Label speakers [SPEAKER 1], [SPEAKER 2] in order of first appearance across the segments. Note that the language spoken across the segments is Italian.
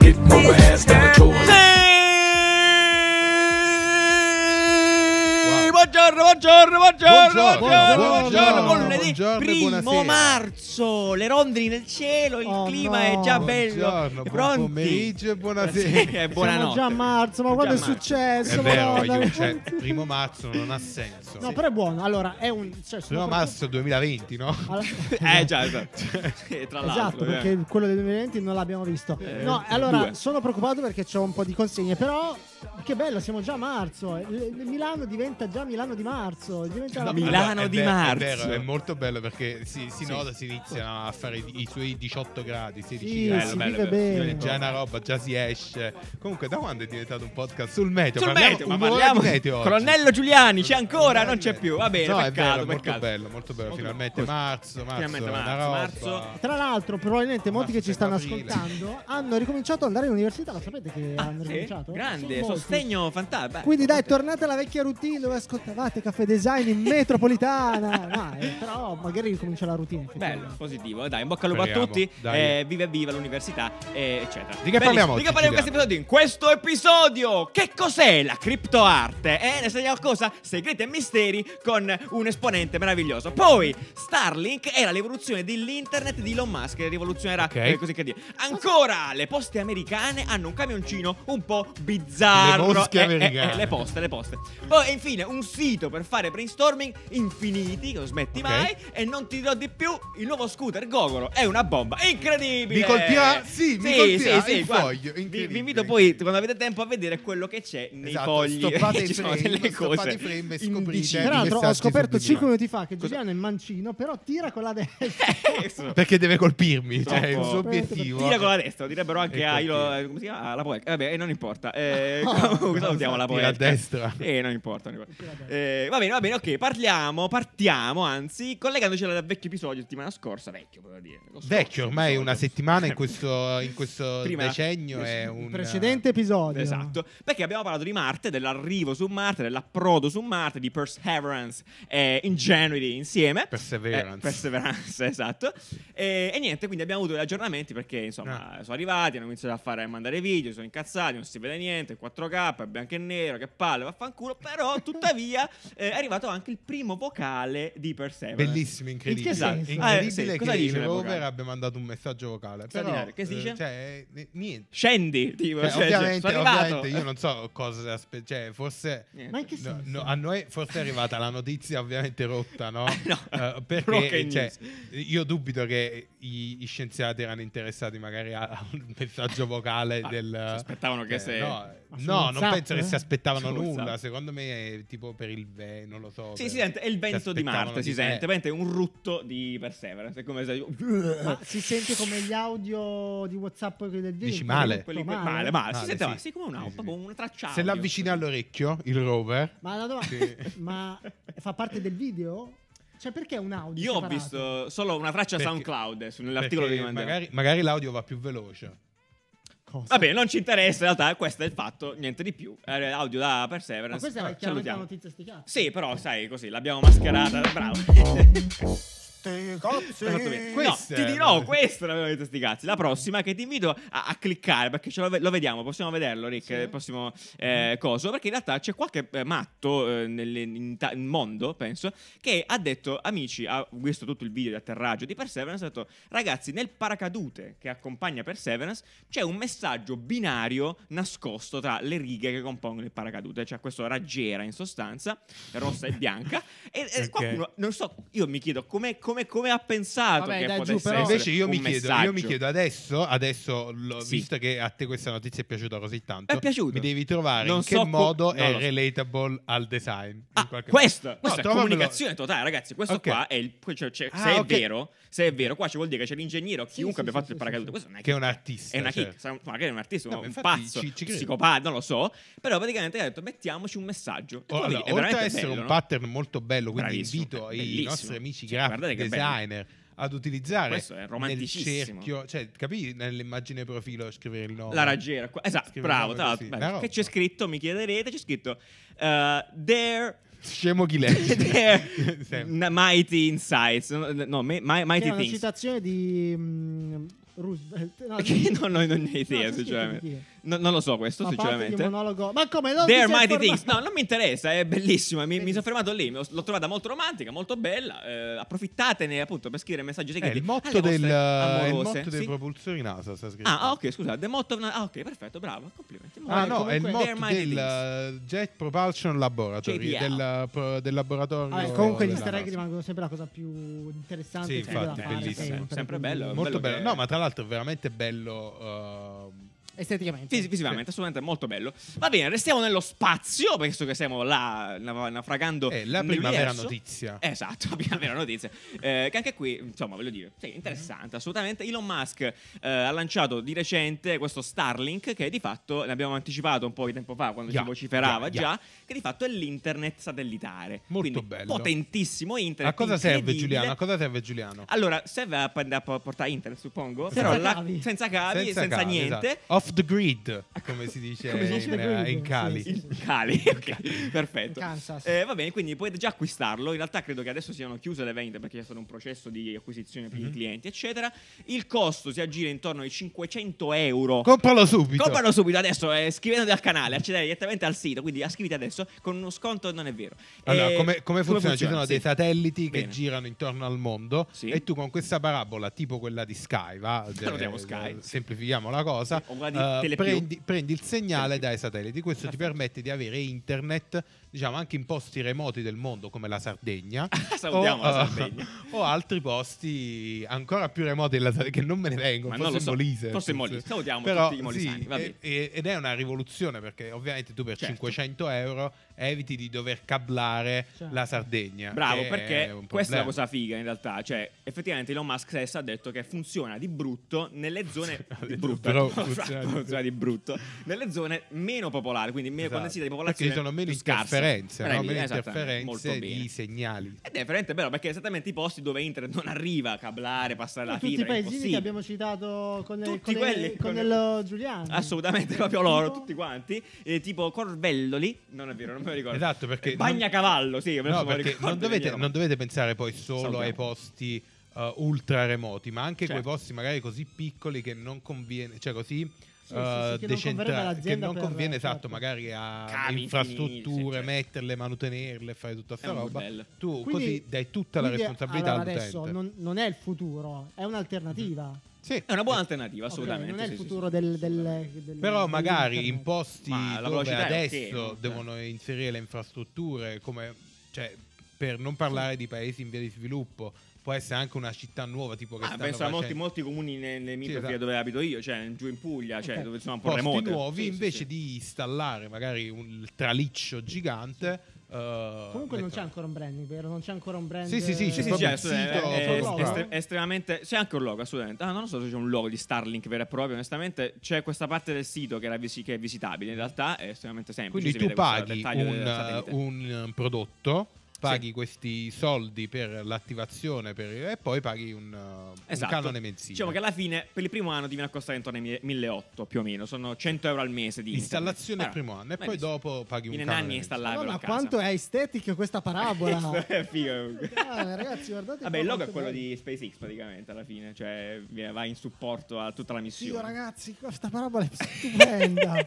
[SPEAKER 1] Get my ass down the toilet.
[SPEAKER 2] Buongiorno, buongiorno, buongiorno,
[SPEAKER 3] Buongiorno,
[SPEAKER 2] buongiorno,
[SPEAKER 3] buongiorno,
[SPEAKER 2] buongiorno, buon lunedì,
[SPEAKER 3] buongiorno e
[SPEAKER 2] primo
[SPEAKER 3] buonasera.
[SPEAKER 2] marzo, le rondini nel cielo, il
[SPEAKER 4] Oh,
[SPEAKER 2] clima
[SPEAKER 4] no.
[SPEAKER 2] è già bello,
[SPEAKER 3] Buongiorno,
[SPEAKER 2] E
[SPEAKER 3] buon
[SPEAKER 2] pronti?
[SPEAKER 3] pomeriggio e
[SPEAKER 2] Sì,
[SPEAKER 3] buonasera.
[SPEAKER 2] e
[SPEAKER 4] Siamo già a
[SPEAKER 2] buonanotte.
[SPEAKER 4] marzo, ma
[SPEAKER 2] Già
[SPEAKER 4] quando è
[SPEAKER 2] marzo.
[SPEAKER 4] successo?
[SPEAKER 3] È vero,
[SPEAKER 4] Madonna,
[SPEAKER 3] io,
[SPEAKER 4] non-
[SPEAKER 3] cioè, primo marzo non ha senso.
[SPEAKER 4] No, però è buono. Allora, è un. Cioè, sono
[SPEAKER 3] Primo
[SPEAKER 4] proprio-
[SPEAKER 3] marzo 2020, no?
[SPEAKER 4] Alla-
[SPEAKER 2] Eh già, esatto. Sì, tra l'altro.
[SPEAKER 4] Esatto,
[SPEAKER 2] eh.
[SPEAKER 4] perché quello del 2020 non l'abbiamo visto.
[SPEAKER 2] Eh,
[SPEAKER 4] no, allora
[SPEAKER 2] due.
[SPEAKER 4] sono preoccupato perché c'ho un po' di consegne, però che bello, siamo già a marzo. Il- il Milano diventa già Milano di marzo. Diventa
[SPEAKER 3] No,
[SPEAKER 4] la-
[SPEAKER 2] Milano
[SPEAKER 3] allora, è
[SPEAKER 2] di
[SPEAKER 3] ve-
[SPEAKER 2] marzo.
[SPEAKER 3] È vero, è molto bello perché si, si nota, si iniziano a fare i, i suoi 18 gradi, 16
[SPEAKER 4] Sì,
[SPEAKER 3] gradi.
[SPEAKER 4] si
[SPEAKER 3] bello,
[SPEAKER 4] vive
[SPEAKER 3] bello.
[SPEAKER 4] bene.
[SPEAKER 3] Già è una roba, già si esce. Comunque, da quando è diventato un podcast sul meteo?
[SPEAKER 2] Sul
[SPEAKER 3] Cioè, Parliamo
[SPEAKER 2] meteo, ma
[SPEAKER 3] un'ora di
[SPEAKER 2] parliamo.
[SPEAKER 3] meteo oggi.
[SPEAKER 2] Colonnello Giuliani c'è ancora,
[SPEAKER 3] Colonnello.
[SPEAKER 2] non c'è più. Va bene,
[SPEAKER 3] no, è
[SPEAKER 2] peccato,
[SPEAKER 3] vero, molto
[SPEAKER 2] peccato.
[SPEAKER 3] bello, molto bello.
[SPEAKER 2] Molto
[SPEAKER 3] Finalmente
[SPEAKER 2] bello.
[SPEAKER 3] marzo, marzo,
[SPEAKER 2] Finalmente
[SPEAKER 3] è una
[SPEAKER 2] marzo,
[SPEAKER 3] roba.
[SPEAKER 2] marzo.
[SPEAKER 4] Tra l'altro, probabilmente molti che ci stanno
[SPEAKER 3] Marzo, aprile.
[SPEAKER 4] ascoltando hanno ricominciato ad andare in università. Lo sapete che
[SPEAKER 2] Ah,
[SPEAKER 4] hanno
[SPEAKER 2] sì?
[SPEAKER 4] ricominciato?
[SPEAKER 2] Grande,
[SPEAKER 4] Sono molti.
[SPEAKER 2] sostegno fantastico.
[SPEAKER 4] Quindi dai, tornate alla vecchia routine dove ascoltavate caffè design in metropolitana. Ma, eh, però magari ricomincia la routine.
[SPEAKER 2] Bello, positivo, dai, in bocca al lupo a
[SPEAKER 3] Speriamo,
[SPEAKER 2] tutti,
[SPEAKER 3] dai.
[SPEAKER 2] eh, viva e viva l'università, eh, eccetera.
[SPEAKER 3] Di che
[SPEAKER 2] Benissimo, Di
[SPEAKER 3] parliamo oggi,
[SPEAKER 2] che parliamo in questo
[SPEAKER 3] Giuliano?
[SPEAKER 2] episodio? In questo episodio, che cos'è la criptoarte? Eh, ne sappiamo cosa? Segreti e misteri con un esponente meraviglioso. Poi, Starlink era l'evoluzione dell'internet di Elon Musk, che rivoluzionerà
[SPEAKER 3] Ok.
[SPEAKER 2] eh, così che dire. Ancora, le poste americane hanno un camioncino un po' bizzarro.
[SPEAKER 3] Le mosche
[SPEAKER 2] Eh, eh,
[SPEAKER 3] americane.
[SPEAKER 2] eh, le poste, le poste. Poi, Boh, infine, un sito per fare brainstorming infiniti, che non smetti
[SPEAKER 3] Ok.
[SPEAKER 2] mai. E non ti dirò di più, il nuovo scooter Gogoro è una bomba incredibile.
[SPEAKER 3] Mi colpirà- sì, mi colpirà il
[SPEAKER 2] guarda,
[SPEAKER 3] foglio,
[SPEAKER 2] vi- Vi,
[SPEAKER 3] incredibile,
[SPEAKER 2] invito poi, quando avete tempo, a vedere quello che c'è nei
[SPEAKER 3] Esatto,
[SPEAKER 2] fogli.
[SPEAKER 3] stoppate
[SPEAKER 2] Ci
[SPEAKER 3] i
[SPEAKER 2] sono
[SPEAKER 3] frame,
[SPEAKER 2] delle
[SPEAKER 3] stoppate
[SPEAKER 2] cose
[SPEAKER 3] i frame e scoprite.
[SPEAKER 2] indicibili.
[SPEAKER 4] Tra l'altro, ho
[SPEAKER 3] messaggi
[SPEAKER 4] scoperto
[SPEAKER 3] subliminali.
[SPEAKER 4] 5 minuti fa che
[SPEAKER 2] Cosa-
[SPEAKER 4] Giuliano è mancino, però tira con la destra.
[SPEAKER 2] Eh, sono-
[SPEAKER 3] Perché deve colpirmi,
[SPEAKER 2] Troppo.
[SPEAKER 3] cioè è il suo obiettivo.
[SPEAKER 2] Tira con la destra, lo direbbero anche
[SPEAKER 3] E
[SPEAKER 2] a. io
[SPEAKER 3] colpire.
[SPEAKER 2] lo- come si chiama? Alla poetica. Vabbè, eh, non importa. Eh, comunque, salutiamo la
[SPEAKER 3] Tira a
[SPEAKER 2] poetica.
[SPEAKER 3] destra.
[SPEAKER 2] Eh, non importa. non importa. Eh, va bene, va bene, ok. Parliamo, partiamo. Anzi, collegandoci al vecchio episodio, settimana scorsa. Vecchio, volevo dire. Lo so,
[SPEAKER 3] Vecchio, ormai
[SPEAKER 2] episodio.
[SPEAKER 3] una settimana in questo, in questo
[SPEAKER 2] Prima-
[SPEAKER 3] decennio è un
[SPEAKER 4] Il precedente episodio.
[SPEAKER 2] Esatto, perché abbiamo parlato di Marte, dell'arrivo su Marte, dell'approdo su Marte, di Perseverance e Ingenuity insieme.
[SPEAKER 3] Perseverance.
[SPEAKER 2] Eh, Perseverance, esatto. E, e niente, quindi abbiamo avuto degli aggiornamenti perché insomma
[SPEAKER 3] Ah.
[SPEAKER 2] sono arrivati, hanno iniziato a fare a mandare video, sono incazzati, non si vede niente, 4K, è bianco e nero, che palle, vaffanculo, però tuttavia eh, è arrivato anche il primo vocale di Perseverance.
[SPEAKER 3] Bellissimo, incredibile.
[SPEAKER 4] In che senso?
[SPEAKER 3] Incredibile
[SPEAKER 2] Ah, Eh, sì, cosa
[SPEAKER 3] che
[SPEAKER 2] dice
[SPEAKER 3] il
[SPEAKER 2] nel
[SPEAKER 3] rover
[SPEAKER 2] vocale?
[SPEAKER 3] abbia mandato un messaggio vocale. Però,
[SPEAKER 2] Straordinario. Che si
[SPEAKER 3] eh,
[SPEAKER 2] dice?
[SPEAKER 3] Cioè, eh, niente.
[SPEAKER 2] Scendi, tipo,
[SPEAKER 3] Cioè,
[SPEAKER 2] cioè, cioè,
[SPEAKER 3] ovviamente,
[SPEAKER 2] sono arrivato.
[SPEAKER 3] ovviamente io non so cosa aspe- cioè forse
[SPEAKER 2] Niente.
[SPEAKER 4] Ma in che
[SPEAKER 3] no,
[SPEAKER 4] senso?
[SPEAKER 3] no, a noi forse è arrivata la notizia ovviamente rotta, no?
[SPEAKER 2] Ah, No.
[SPEAKER 3] Eh,
[SPEAKER 2] Rocket
[SPEAKER 3] perché cioè,
[SPEAKER 2] news.
[SPEAKER 3] io dubito che i, i scienziati erano interessati magari a- al messaggio vocale
[SPEAKER 2] Ah,
[SPEAKER 3] del...
[SPEAKER 2] si aspettavano che
[SPEAKER 3] eh,
[SPEAKER 2] se-
[SPEAKER 3] No,
[SPEAKER 4] Ma su
[SPEAKER 3] no, non
[SPEAKER 4] WhatsApp,
[SPEAKER 3] penso che
[SPEAKER 4] eh?
[SPEAKER 3] si aspettavano
[SPEAKER 2] Su
[SPEAKER 3] nulla,
[SPEAKER 2] WhatsApp.
[SPEAKER 3] secondo me è tipo per il ve, non lo so.
[SPEAKER 2] Sì,
[SPEAKER 3] per-
[SPEAKER 2] si sente, è il
[SPEAKER 3] si
[SPEAKER 2] vento di
[SPEAKER 3] aspettavano
[SPEAKER 2] Marte, si
[SPEAKER 3] di-
[SPEAKER 2] sente,
[SPEAKER 3] eh.
[SPEAKER 2] veramente un rutto di Perseverance, è come se... ah,
[SPEAKER 4] Ma si sente come gli audio di WhatsApp del video.
[SPEAKER 3] Dici male.
[SPEAKER 2] Quelli- male, male, si
[SPEAKER 3] Ecco, Male,
[SPEAKER 2] sente
[SPEAKER 3] sì.
[SPEAKER 2] male, sì, come
[SPEAKER 3] Sì,
[SPEAKER 2] un'auto,
[SPEAKER 3] sì,
[SPEAKER 2] proprio
[SPEAKER 3] sì.
[SPEAKER 2] una traccia
[SPEAKER 3] Se
[SPEAKER 2] audio.
[SPEAKER 3] l'avvicina all'orecchio il rover,
[SPEAKER 4] Ma, la domanda-
[SPEAKER 3] Sì.
[SPEAKER 4] ma fa parte del video? Cioè, perché è un audio?
[SPEAKER 2] Io ho
[SPEAKER 4] separato?
[SPEAKER 2] visto solo una traccia
[SPEAKER 3] Perché-
[SPEAKER 2] SoundCloud eh, su- nell'articolo che
[SPEAKER 3] perché
[SPEAKER 2] vi mandiamo.
[SPEAKER 3] magari, magari l'audio va più veloce.
[SPEAKER 4] Cosa?
[SPEAKER 2] Vabbè, non ci interessa, in realtà questo è il fatto, niente di più. Eh, Audio da Perseverance.
[SPEAKER 4] Ma questa
[SPEAKER 2] Ah,
[SPEAKER 4] è chiaramente una
[SPEAKER 2] salutiamo.
[SPEAKER 4] notizia sticata.
[SPEAKER 2] Sì, però sai, così, l'abbiamo mascherata, bravo. Hai fatto bene. No,
[SPEAKER 3] Questa
[SPEAKER 2] ti
[SPEAKER 3] è-
[SPEAKER 2] dirò, questa è la verità sti cazzi. La prossima che ti invito a, a cliccare perché ce lo, ve- lo vediamo, possiamo vederlo, Rick, il prossimo eh, coso, perché in realtà c'è qualche eh, matto eh, nel in ta- in mondo, penso, che ha detto, amici, ha visto tutto il video di atterraggio di Perseverance, ha detto, ragazzi, nel paracadute che accompagna Perseverance c'è un messaggio binario nascosto tra le righe che compongono il paracadute, cioè questo raggiera in sostanza, rossa e bianca, e, e
[SPEAKER 3] Ok.
[SPEAKER 2] qualcuno, non so, io mi chiedo come, come- come ha pensato
[SPEAKER 4] Vabbè,
[SPEAKER 2] che
[SPEAKER 4] dai, giù,
[SPEAKER 2] potesse
[SPEAKER 4] però-
[SPEAKER 2] essere
[SPEAKER 3] Invece io
[SPEAKER 2] un
[SPEAKER 3] mi, chiedo, io
[SPEAKER 2] messaggio.
[SPEAKER 3] mi chiedo adesso, adesso l'ho-
[SPEAKER 2] Sì.
[SPEAKER 3] visto che a te questa notizia è piaciuta così tanto,
[SPEAKER 2] Mi è piaciuto.
[SPEAKER 3] mi devi trovare
[SPEAKER 2] Non
[SPEAKER 3] in che
[SPEAKER 2] so co-
[SPEAKER 3] modo
[SPEAKER 2] non
[SPEAKER 3] è
[SPEAKER 2] lo so.
[SPEAKER 3] relatable al design. in
[SPEAKER 2] Ah,
[SPEAKER 3] qualche
[SPEAKER 2] questo,
[SPEAKER 3] modo.
[SPEAKER 2] questa è
[SPEAKER 3] No, trovamelo-
[SPEAKER 2] comunicazione totale, ragazzi. Questo
[SPEAKER 3] Ok.
[SPEAKER 2] qua è il. que- cioè- cioè,
[SPEAKER 3] Ah,
[SPEAKER 2] se è
[SPEAKER 3] ok.
[SPEAKER 2] vero, se è vero, qua ci vuol dire che c'è l'ingegnere o chiunque
[SPEAKER 4] sì,
[SPEAKER 2] abbia
[SPEAKER 4] sì,
[SPEAKER 2] fatto
[SPEAKER 4] sì,
[SPEAKER 2] il paracadute.
[SPEAKER 4] sì,
[SPEAKER 2] Questo non è
[SPEAKER 3] Che è un
[SPEAKER 2] chicca.
[SPEAKER 3] artista.
[SPEAKER 2] È una
[SPEAKER 3] cioè.
[SPEAKER 2] chicca, sarà- magari è un artista,
[SPEAKER 3] No, ma
[SPEAKER 2] un
[SPEAKER 3] infatti
[SPEAKER 2] pazzo,
[SPEAKER 3] ci- ci credo.
[SPEAKER 2] psicopatico, non lo so. Però praticamente ha detto: mettiamoci un messaggio. E tu
[SPEAKER 3] Oh,
[SPEAKER 2] lo
[SPEAKER 3] allora,
[SPEAKER 2] vedi, è
[SPEAKER 3] oltre a
[SPEAKER 2] veramente
[SPEAKER 3] essere
[SPEAKER 2] bello,
[SPEAKER 3] un
[SPEAKER 2] no?
[SPEAKER 3] pattern molto bello, quindi
[SPEAKER 2] Bravissimo,
[SPEAKER 3] invito i
[SPEAKER 2] bellissimo.
[SPEAKER 3] nostri amici
[SPEAKER 2] Cioè, guardate
[SPEAKER 3] graphic
[SPEAKER 2] che
[SPEAKER 3] designer ad utilizzare
[SPEAKER 2] Questo è
[SPEAKER 3] nel
[SPEAKER 2] romanticissimo.
[SPEAKER 3] cerchio, cioè, capì nell'immagine profilo scrivere il nome.
[SPEAKER 2] La raggiera, qua. esatto,
[SPEAKER 3] Scrivi
[SPEAKER 2] bravo.
[SPEAKER 3] proprio
[SPEAKER 2] Tra l'altro,
[SPEAKER 3] così,
[SPEAKER 2] beh,
[SPEAKER 3] una
[SPEAKER 2] che
[SPEAKER 3] roba.
[SPEAKER 2] c'è scritto? Mi chiederete, c'è scritto eh, There
[SPEAKER 3] Scemo chi legge.
[SPEAKER 2] There
[SPEAKER 3] Sempre.
[SPEAKER 2] n- Mighty Insights, no, no, mi- mi-
[SPEAKER 4] Che è
[SPEAKER 2] Mighty
[SPEAKER 4] una
[SPEAKER 2] Things.
[SPEAKER 4] citazione di. mm, Roosevelt. No,
[SPEAKER 2] Che non ho non ne ho
[SPEAKER 4] No,
[SPEAKER 2] idea,
[SPEAKER 4] c'è
[SPEAKER 2] sinceramente.
[SPEAKER 4] scritto di chi
[SPEAKER 2] No, non lo so questo,
[SPEAKER 4] Fa parte di un
[SPEAKER 2] sinceramente.
[SPEAKER 4] monologo. Ma come? Non ti
[SPEAKER 2] There
[SPEAKER 4] sei
[SPEAKER 2] Mighty
[SPEAKER 4] informato?
[SPEAKER 2] Things, no, non mi interessa, è bellissima. Mi, mi sono
[SPEAKER 4] Bellissima.
[SPEAKER 2] fermato lì, mi- l'ho trovata molto romantica, molto bella. eh, approfittatene appunto per scrivere messaggi
[SPEAKER 3] Eh,
[SPEAKER 2] segreti.
[SPEAKER 3] il motto
[SPEAKER 2] alle vostre
[SPEAKER 3] del, il
[SPEAKER 2] amorose,
[SPEAKER 3] motto dei
[SPEAKER 2] sì.
[SPEAKER 3] propulsori NASA sta scritto.
[SPEAKER 2] Ah, ah, ok, scusa, The Motto of Na- Ah, ok, perfetto, bravo, complimenti.
[SPEAKER 3] Ah,
[SPEAKER 4] Ah,
[SPEAKER 3] no, è il
[SPEAKER 4] comunque-
[SPEAKER 3] motto
[SPEAKER 2] There Mighty
[SPEAKER 3] del eh, Jet Propulsion Laboratory
[SPEAKER 2] JPL.
[SPEAKER 3] del, pro- del laboratorio.
[SPEAKER 4] Vabbè, Ah, comunque gli
[SPEAKER 3] della
[SPEAKER 4] easter egg
[SPEAKER 3] NASA.
[SPEAKER 4] rimangono sempre la cosa più interessante.
[SPEAKER 3] Sì,
[SPEAKER 4] secondo me,
[SPEAKER 3] infatti,
[SPEAKER 4] da fare,
[SPEAKER 3] bellissimo.
[SPEAKER 2] Sempre bello.
[SPEAKER 4] quindi-
[SPEAKER 2] Bello
[SPEAKER 3] Molto bello.
[SPEAKER 2] che-
[SPEAKER 3] No, ma tra l'altro è veramente bello. ehm,
[SPEAKER 4] Esteticamente.
[SPEAKER 2] Fisi- fisicamente, assolutamente molto bello. Va bene, restiamo nello spazio, penso che siamo là nav- naufragando.
[SPEAKER 3] È Eh, la
[SPEAKER 2] nell'universo.
[SPEAKER 3] primavera notizia.
[SPEAKER 2] Esatto, la primavera notizia. Eh, che anche qui, insomma, voglio dire, sì, interessante, assolutamente. Elon Musk eh, ha lanciato di recente questo Starlink, che di fatto, ne abbiamo anticipato un po' di tempo fa, quando
[SPEAKER 3] Yeah,
[SPEAKER 2] si vociferava
[SPEAKER 3] yeah,
[SPEAKER 2] già, che di fatto è l'internet satellitare.
[SPEAKER 3] Molto
[SPEAKER 2] Quindi,
[SPEAKER 3] bello.
[SPEAKER 2] Potentissimo internet.
[SPEAKER 3] A cosa serve
[SPEAKER 2] incredibile.
[SPEAKER 3] Giuliano? A cosa serve Giuliano?
[SPEAKER 2] Allora, serve a, a portare internet, suppongo.
[SPEAKER 4] Senza
[SPEAKER 2] però la-
[SPEAKER 4] cavi.
[SPEAKER 2] senza cavi, senza,
[SPEAKER 3] cavi,
[SPEAKER 2] niente.
[SPEAKER 3] esatto. Off the grid, come si dice
[SPEAKER 4] Come si dice
[SPEAKER 3] in, eh,
[SPEAKER 4] grid,
[SPEAKER 3] in
[SPEAKER 4] sì,
[SPEAKER 3] Cali.
[SPEAKER 4] sì.
[SPEAKER 2] Il Cali, ok, perfetto.
[SPEAKER 4] Kansas.
[SPEAKER 2] Eh, va bene, quindi potete già acquistarlo. In realtà credo che adesso siano chiuse le vendite perché c'è stato un processo di acquisizione
[SPEAKER 3] Mhm.
[SPEAKER 2] per i clienti, eccetera. Il costo si aggira intorno ai 500 euro.
[SPEAKER 3] Compralo subito.
[SPEAKER 2] Compralo subito adesso, eh, iscrivetevi al canale, accedete direttamente al sito, quindi iscriviti adesso con uno sconto non è vero.
[SPEAKER 3] Allora,
[SPEAKER 2] Eh,
[SPEAKER 3] come, come funziona? Ci sono
[SPEAKER 2] Sì.
[SPEAKER 3] dei satelliti che
[SPEAKER 2] Bene.
[SPEAKER 3] girano intorno al mondo
[SPEAKER 2] Sì.
[SPEAKER 3] e tu con questa parabola, tipo quella di Sky, va, Eh,
[SPEAKER 2] Salutiamo Sky.
[SPEAKER 3] semplifichiamo la cosa,
[SPEAKER 2] Sì, o quella di
[SPEAKER 3] eh,
[SPEAKER 2] Telepiù.
[SPEAKER 3] prendi, prendi il segnale
[SPEAKER 2] Telepiù.
[SPEAKER 3] dai satelliti. Questo ti
[SPEAKER 2] Perfetto.
[SPEAKER 3] permette di avere internet, diciamo, anche in posti remoti del mondo come la Sardegna.
[SPEAKER 2] Salutiamo la
[SPEAKER 3] eh,
[SPEAKER 2] Sardegna.
[SPEAKER 3] o altri posti ancora più remoti della Sardegna che non me ne
[SPEAKER 2] Ma
[SPEAKER 3] vengono,
[SPEAKER 2] non
[SPEAKER 3] forse
[SPEAKER 2] lo so,
[SPEAKER 3] Molise.
[SPEAKER 2] forse
[SPEAKER 3] penso.
[SPEAKER 2] Molise. Salutiamo
[SPEAKER 3] Però,
[SPEAKER 2] tutti i molisani,
[SPEAKER 3] sì,
[SPEAKER 2] va
[SPEAKER 3] e-
[SPEAKER 2] bene.
[SPEAKER 3] e- ed è una rivoluzione perché ovviamente tu per
[SPEAKER 2] Certo.
[SPEAKER 3] 500 euro eviti di dover cablare
[SPEAKER 4] Certo.
[SPEAKER 3] la Sardegna.
[SPEAKER 2] Bravo,
[SPEAKER 3] che Eh, è
[SPEAKER 2] perché
[SPEAKER 3] un
[SPEAKER 2] questa è la
[SPEAKER 3] problema.
[SPEAKER 2] cosa figa in realtà. Cioè, effettivamente Elon Musk stesso ha detto che funziona di brutto nelle zone
[SPEAKER 3] Ha
[SPEAKER 2] di
[SPEAKER 3] detto,
[SPEAKER 2] brutto, Esatto,
[SPEAKER 3] però funziona
[SPEAKER 2] funziona,
[SPEAKER 3] di-
[SPEAKER 2] di brutto nelle zone meno popolari, quindi meno
[SPEAKER 3] Esatto.
[SPEAKER 2] condensate di
[SPEAKER 3] Perché
[SPEAKER 2] popolazione.
[SPEAKER 3] ci sono meno
[SPEAKER 2] più scarse.
[SPEAKER 3] interferenze, no?
[SPEAKER 2] Bravi,
[SPEAKER 3] meno
[SPEAKER 2] esattamente, molto
[SPEAKER 3] interferenze
[SPEAKER 2] bene.
[SPEAKER 3] di segnali.
[SPEAKER 2] Ed è veramente bello perché è esattamente i posti dove internet non arriva a cablare, passare la
[SPEAKER 4] tutti
[SPEAKER 2] fibra.
[SPEAKER 4] i
[SPEAKER 2] è
[SPEAKER 4] paesini che
[SPEAKER 2] impossibile.
[SPEAKER 4] abbiamo citato con,
[SPEAKER 2] Tutti
[SPEAKER 4] il, con, il-
[SPEAKER 2] quelli-
[SPEAKER 4] con
[SPEAKER 2] con-
[SPEAKER 4] il Giuliano.
[SPEAKER 2] Assolutamente, proprio loro,
[SPEAKER 4] Tipo-
[SPEAKER 2] tutti quanti. Eh, tipo Corvelloli, non è vero, non me lo ricordo.
[SPEAKER 3] Esatto, perché
[SPEAKER 2] Bagnacavallo, sì,
[SPEAKER 3] No,
[SPEAKER 2] adesso me lo
[SPEAKER 3] perché
[SPEAKER 2] ricordo
[SPEAKER 3] non
[SPEAKER 2] di
[SPEAKER 3] dovete,
[SPEAKER 2] mia
[SPEAKER 3] non dovete pensare poi solo
[SPEAKER 2] Salutiamo.
[SPEAKER 3] ai posti eh, ultra remoti, ma anche
[SPEAKER 2] Certo.
[SPEAKER 3] quei posti magari così piccoli che non conviene, cioè così
[SPEAKER 4] sì, sì, che non
[SPEAKER 3] eh,
[SPEAKER 4] converrebbe
[SPEAKER 3] decentrati, che
[SPEAKER 4] all'azienda
[SPEAKER 3] non
[SPEAKER 4] per-
[SPEAKER 3] conviene
[SPEAKER 4] certo.
[SPEAKER 3] esatto magari a
[SPEAKER 2] Cavi infiniti, sì,
[SPEAKER 3] infrastrutture,
[SPEAKER 2] certo.
[SPEAKER 3] metterle, manutenerle, fare tutta
[SPEAKER 2] È
[SPEAKER 3] questa
[SPEAKER 2] un
[SPEAKER 3] roba.
[SPEAKER 2] bordello.
[SPEAKER 3] Tu
[SPEAKER 4] Quindi-
[SPEAKER 3] così dai tutta la
[SPEAKER 4] quindi,
[SPEAKER 3] responsabilità
[SPEAKER 4] allora,
[SPEAKER 3] all'utente.
[SPEAKER 4] adesso non, non è il futuro, è un'alternativa.
[SPEAKER 3] Sì.
[SPEAKER 2] È una buona alternativa,
[SPEAKER 4] Ok,
[SPEAKER 2] assolutamente.
[SPEAKER 4] non è
[SPEAKER 2] sì,
[SPEAKER 4] il
[SPEAKER 2] sì,
[SPEAKER 4] futuro
[SPEAKER 2] sì.
[SPEAKER 4] del,
[SPEAKER 2] Assolutamente.
[SPEAKER 4] del- del-
[SPEAKER 3] Però magari in
[SPEAKER 4] dell'internet.
[SPEAKER 3] posti
[SPEAKER 2] eh. Ma la
[SPEAKER 3] dove
[SPEAKER 2] velocità è cioè. ok,
[SPEAKER 3] adesso
[SPEAKER 2] no?
[SPEAKER 3] devono inserire le infrastrutture, come, cioè, per non parlare di paesi in via di sviluppo, può essere anche una città nuova, tipo che
[SPEAKER 2] Ah,
[SPEAKER 3] stanno
[SPEAKER 2] penso a molti,
[SPEAKER 3] facendo-
[SPEAKER 2] molti comuni ne- nelle microfie
[SPEAKER 3] esatto.
[SPEAKER 2] dove abito io, cioè giù in Puglia, cioè
[SPEAKER 4] Ok.
[SPEAKER 2] dove sono un po'
[SPEAKER 3] posti
[SPEAKER 2] remote.
[SPEAKER 3] nuovi
[SPEAKER 2] Sì, sì,
[SPEAKER 3] invece
[SPEAKER 2] sì.
[SPEAKER 3] di installare magari un traliccio gigante. eh,
[SPEAKER 4] Comunque non
[SPEAKER 3] mettono-
[SPEAKER 4] c'è ancora un branding, vero? Non c'è ancora un brand.
[SPEAKER 3] Sì, sì, sì, c'è
[SPEAKER 2] Sì, sì,
[SPEAKER 3] proprio
[SPEAKER 2] c'è,
[SPEAKER 3] il
[SPEAKER 2] assolutamente,
[SPEAKER 3] sito,
[SPEAKER 2] è,
[SPEAKER 4] proprio il
[SPEAKER 2] est-
[SPEAKER 4] logo.
[SPEAKER 2] est- estremamente c'è anche un logo assolutamente ah non lo so se c'è un logo di Starlink vero e proprio onestamente c'è questa parte del sito che, era visi- che è visitabile in realtà è estremamente semplice
[SPEAKER 3] Quindi
[SPEAKER 2] si
[SPEAKER 3] tu
[SPEAKER 2] vede questo
[SPEAKER 3] paghi
[SPEAKER 2] dettaglio del
[SPEAKER 3] un, eh,
[SPEAKER 2] satellite.
[SPEAKER 3] un eh, prodotto, paghi questi soldi per l'attivazione per- e poi paghi un, eh,
[SPEAKER 2] Esatto.
[SPEAKER 3] un canone mensile.
[SPEAKER 2] diciamo che alla fine per il primo anno ti viene a costare intorno ai mille- 1.800 più o meno sono 100 euro al mese di internet.
[SPEAKER 3] Installazione al
[SPEAKER 2] Allora,
[SPEAKER 3] primo anno e poi
[SPEAKER 2] benissimo.
[SPEAKER 3] dopo paghi un
[SPEAKER 2] viene
[SPEAKER 3] canone
[SPEAKER 2] Nanni a
[SPEAKER 3] mensile.
[SPEAKER 2] installarlo
[SPEAKER 4] Madonna,
[SPEAKER 2] a casa
[SPEAKER 4] quanto è estetica questa parabola.
[SPEAKER 2] Questo è figo comunque.
[SPEAKER 4] Ah, ragazzi, guardate
[SPEAKER 2] Vabbè,
[SPEAKER 4] qua
[SPEAKER 2] il logo è
[SPEAKER 4] quanto
[SPEAKER 2] quello
[SPEAKER 4] bello.
[SPEAKER 2] di SpaceX praticamente alla fine, cioè vi- va in supporto a tutta la missione.
[SPEAKER 4] Dio, ragazzi, questa parabola è stupenda.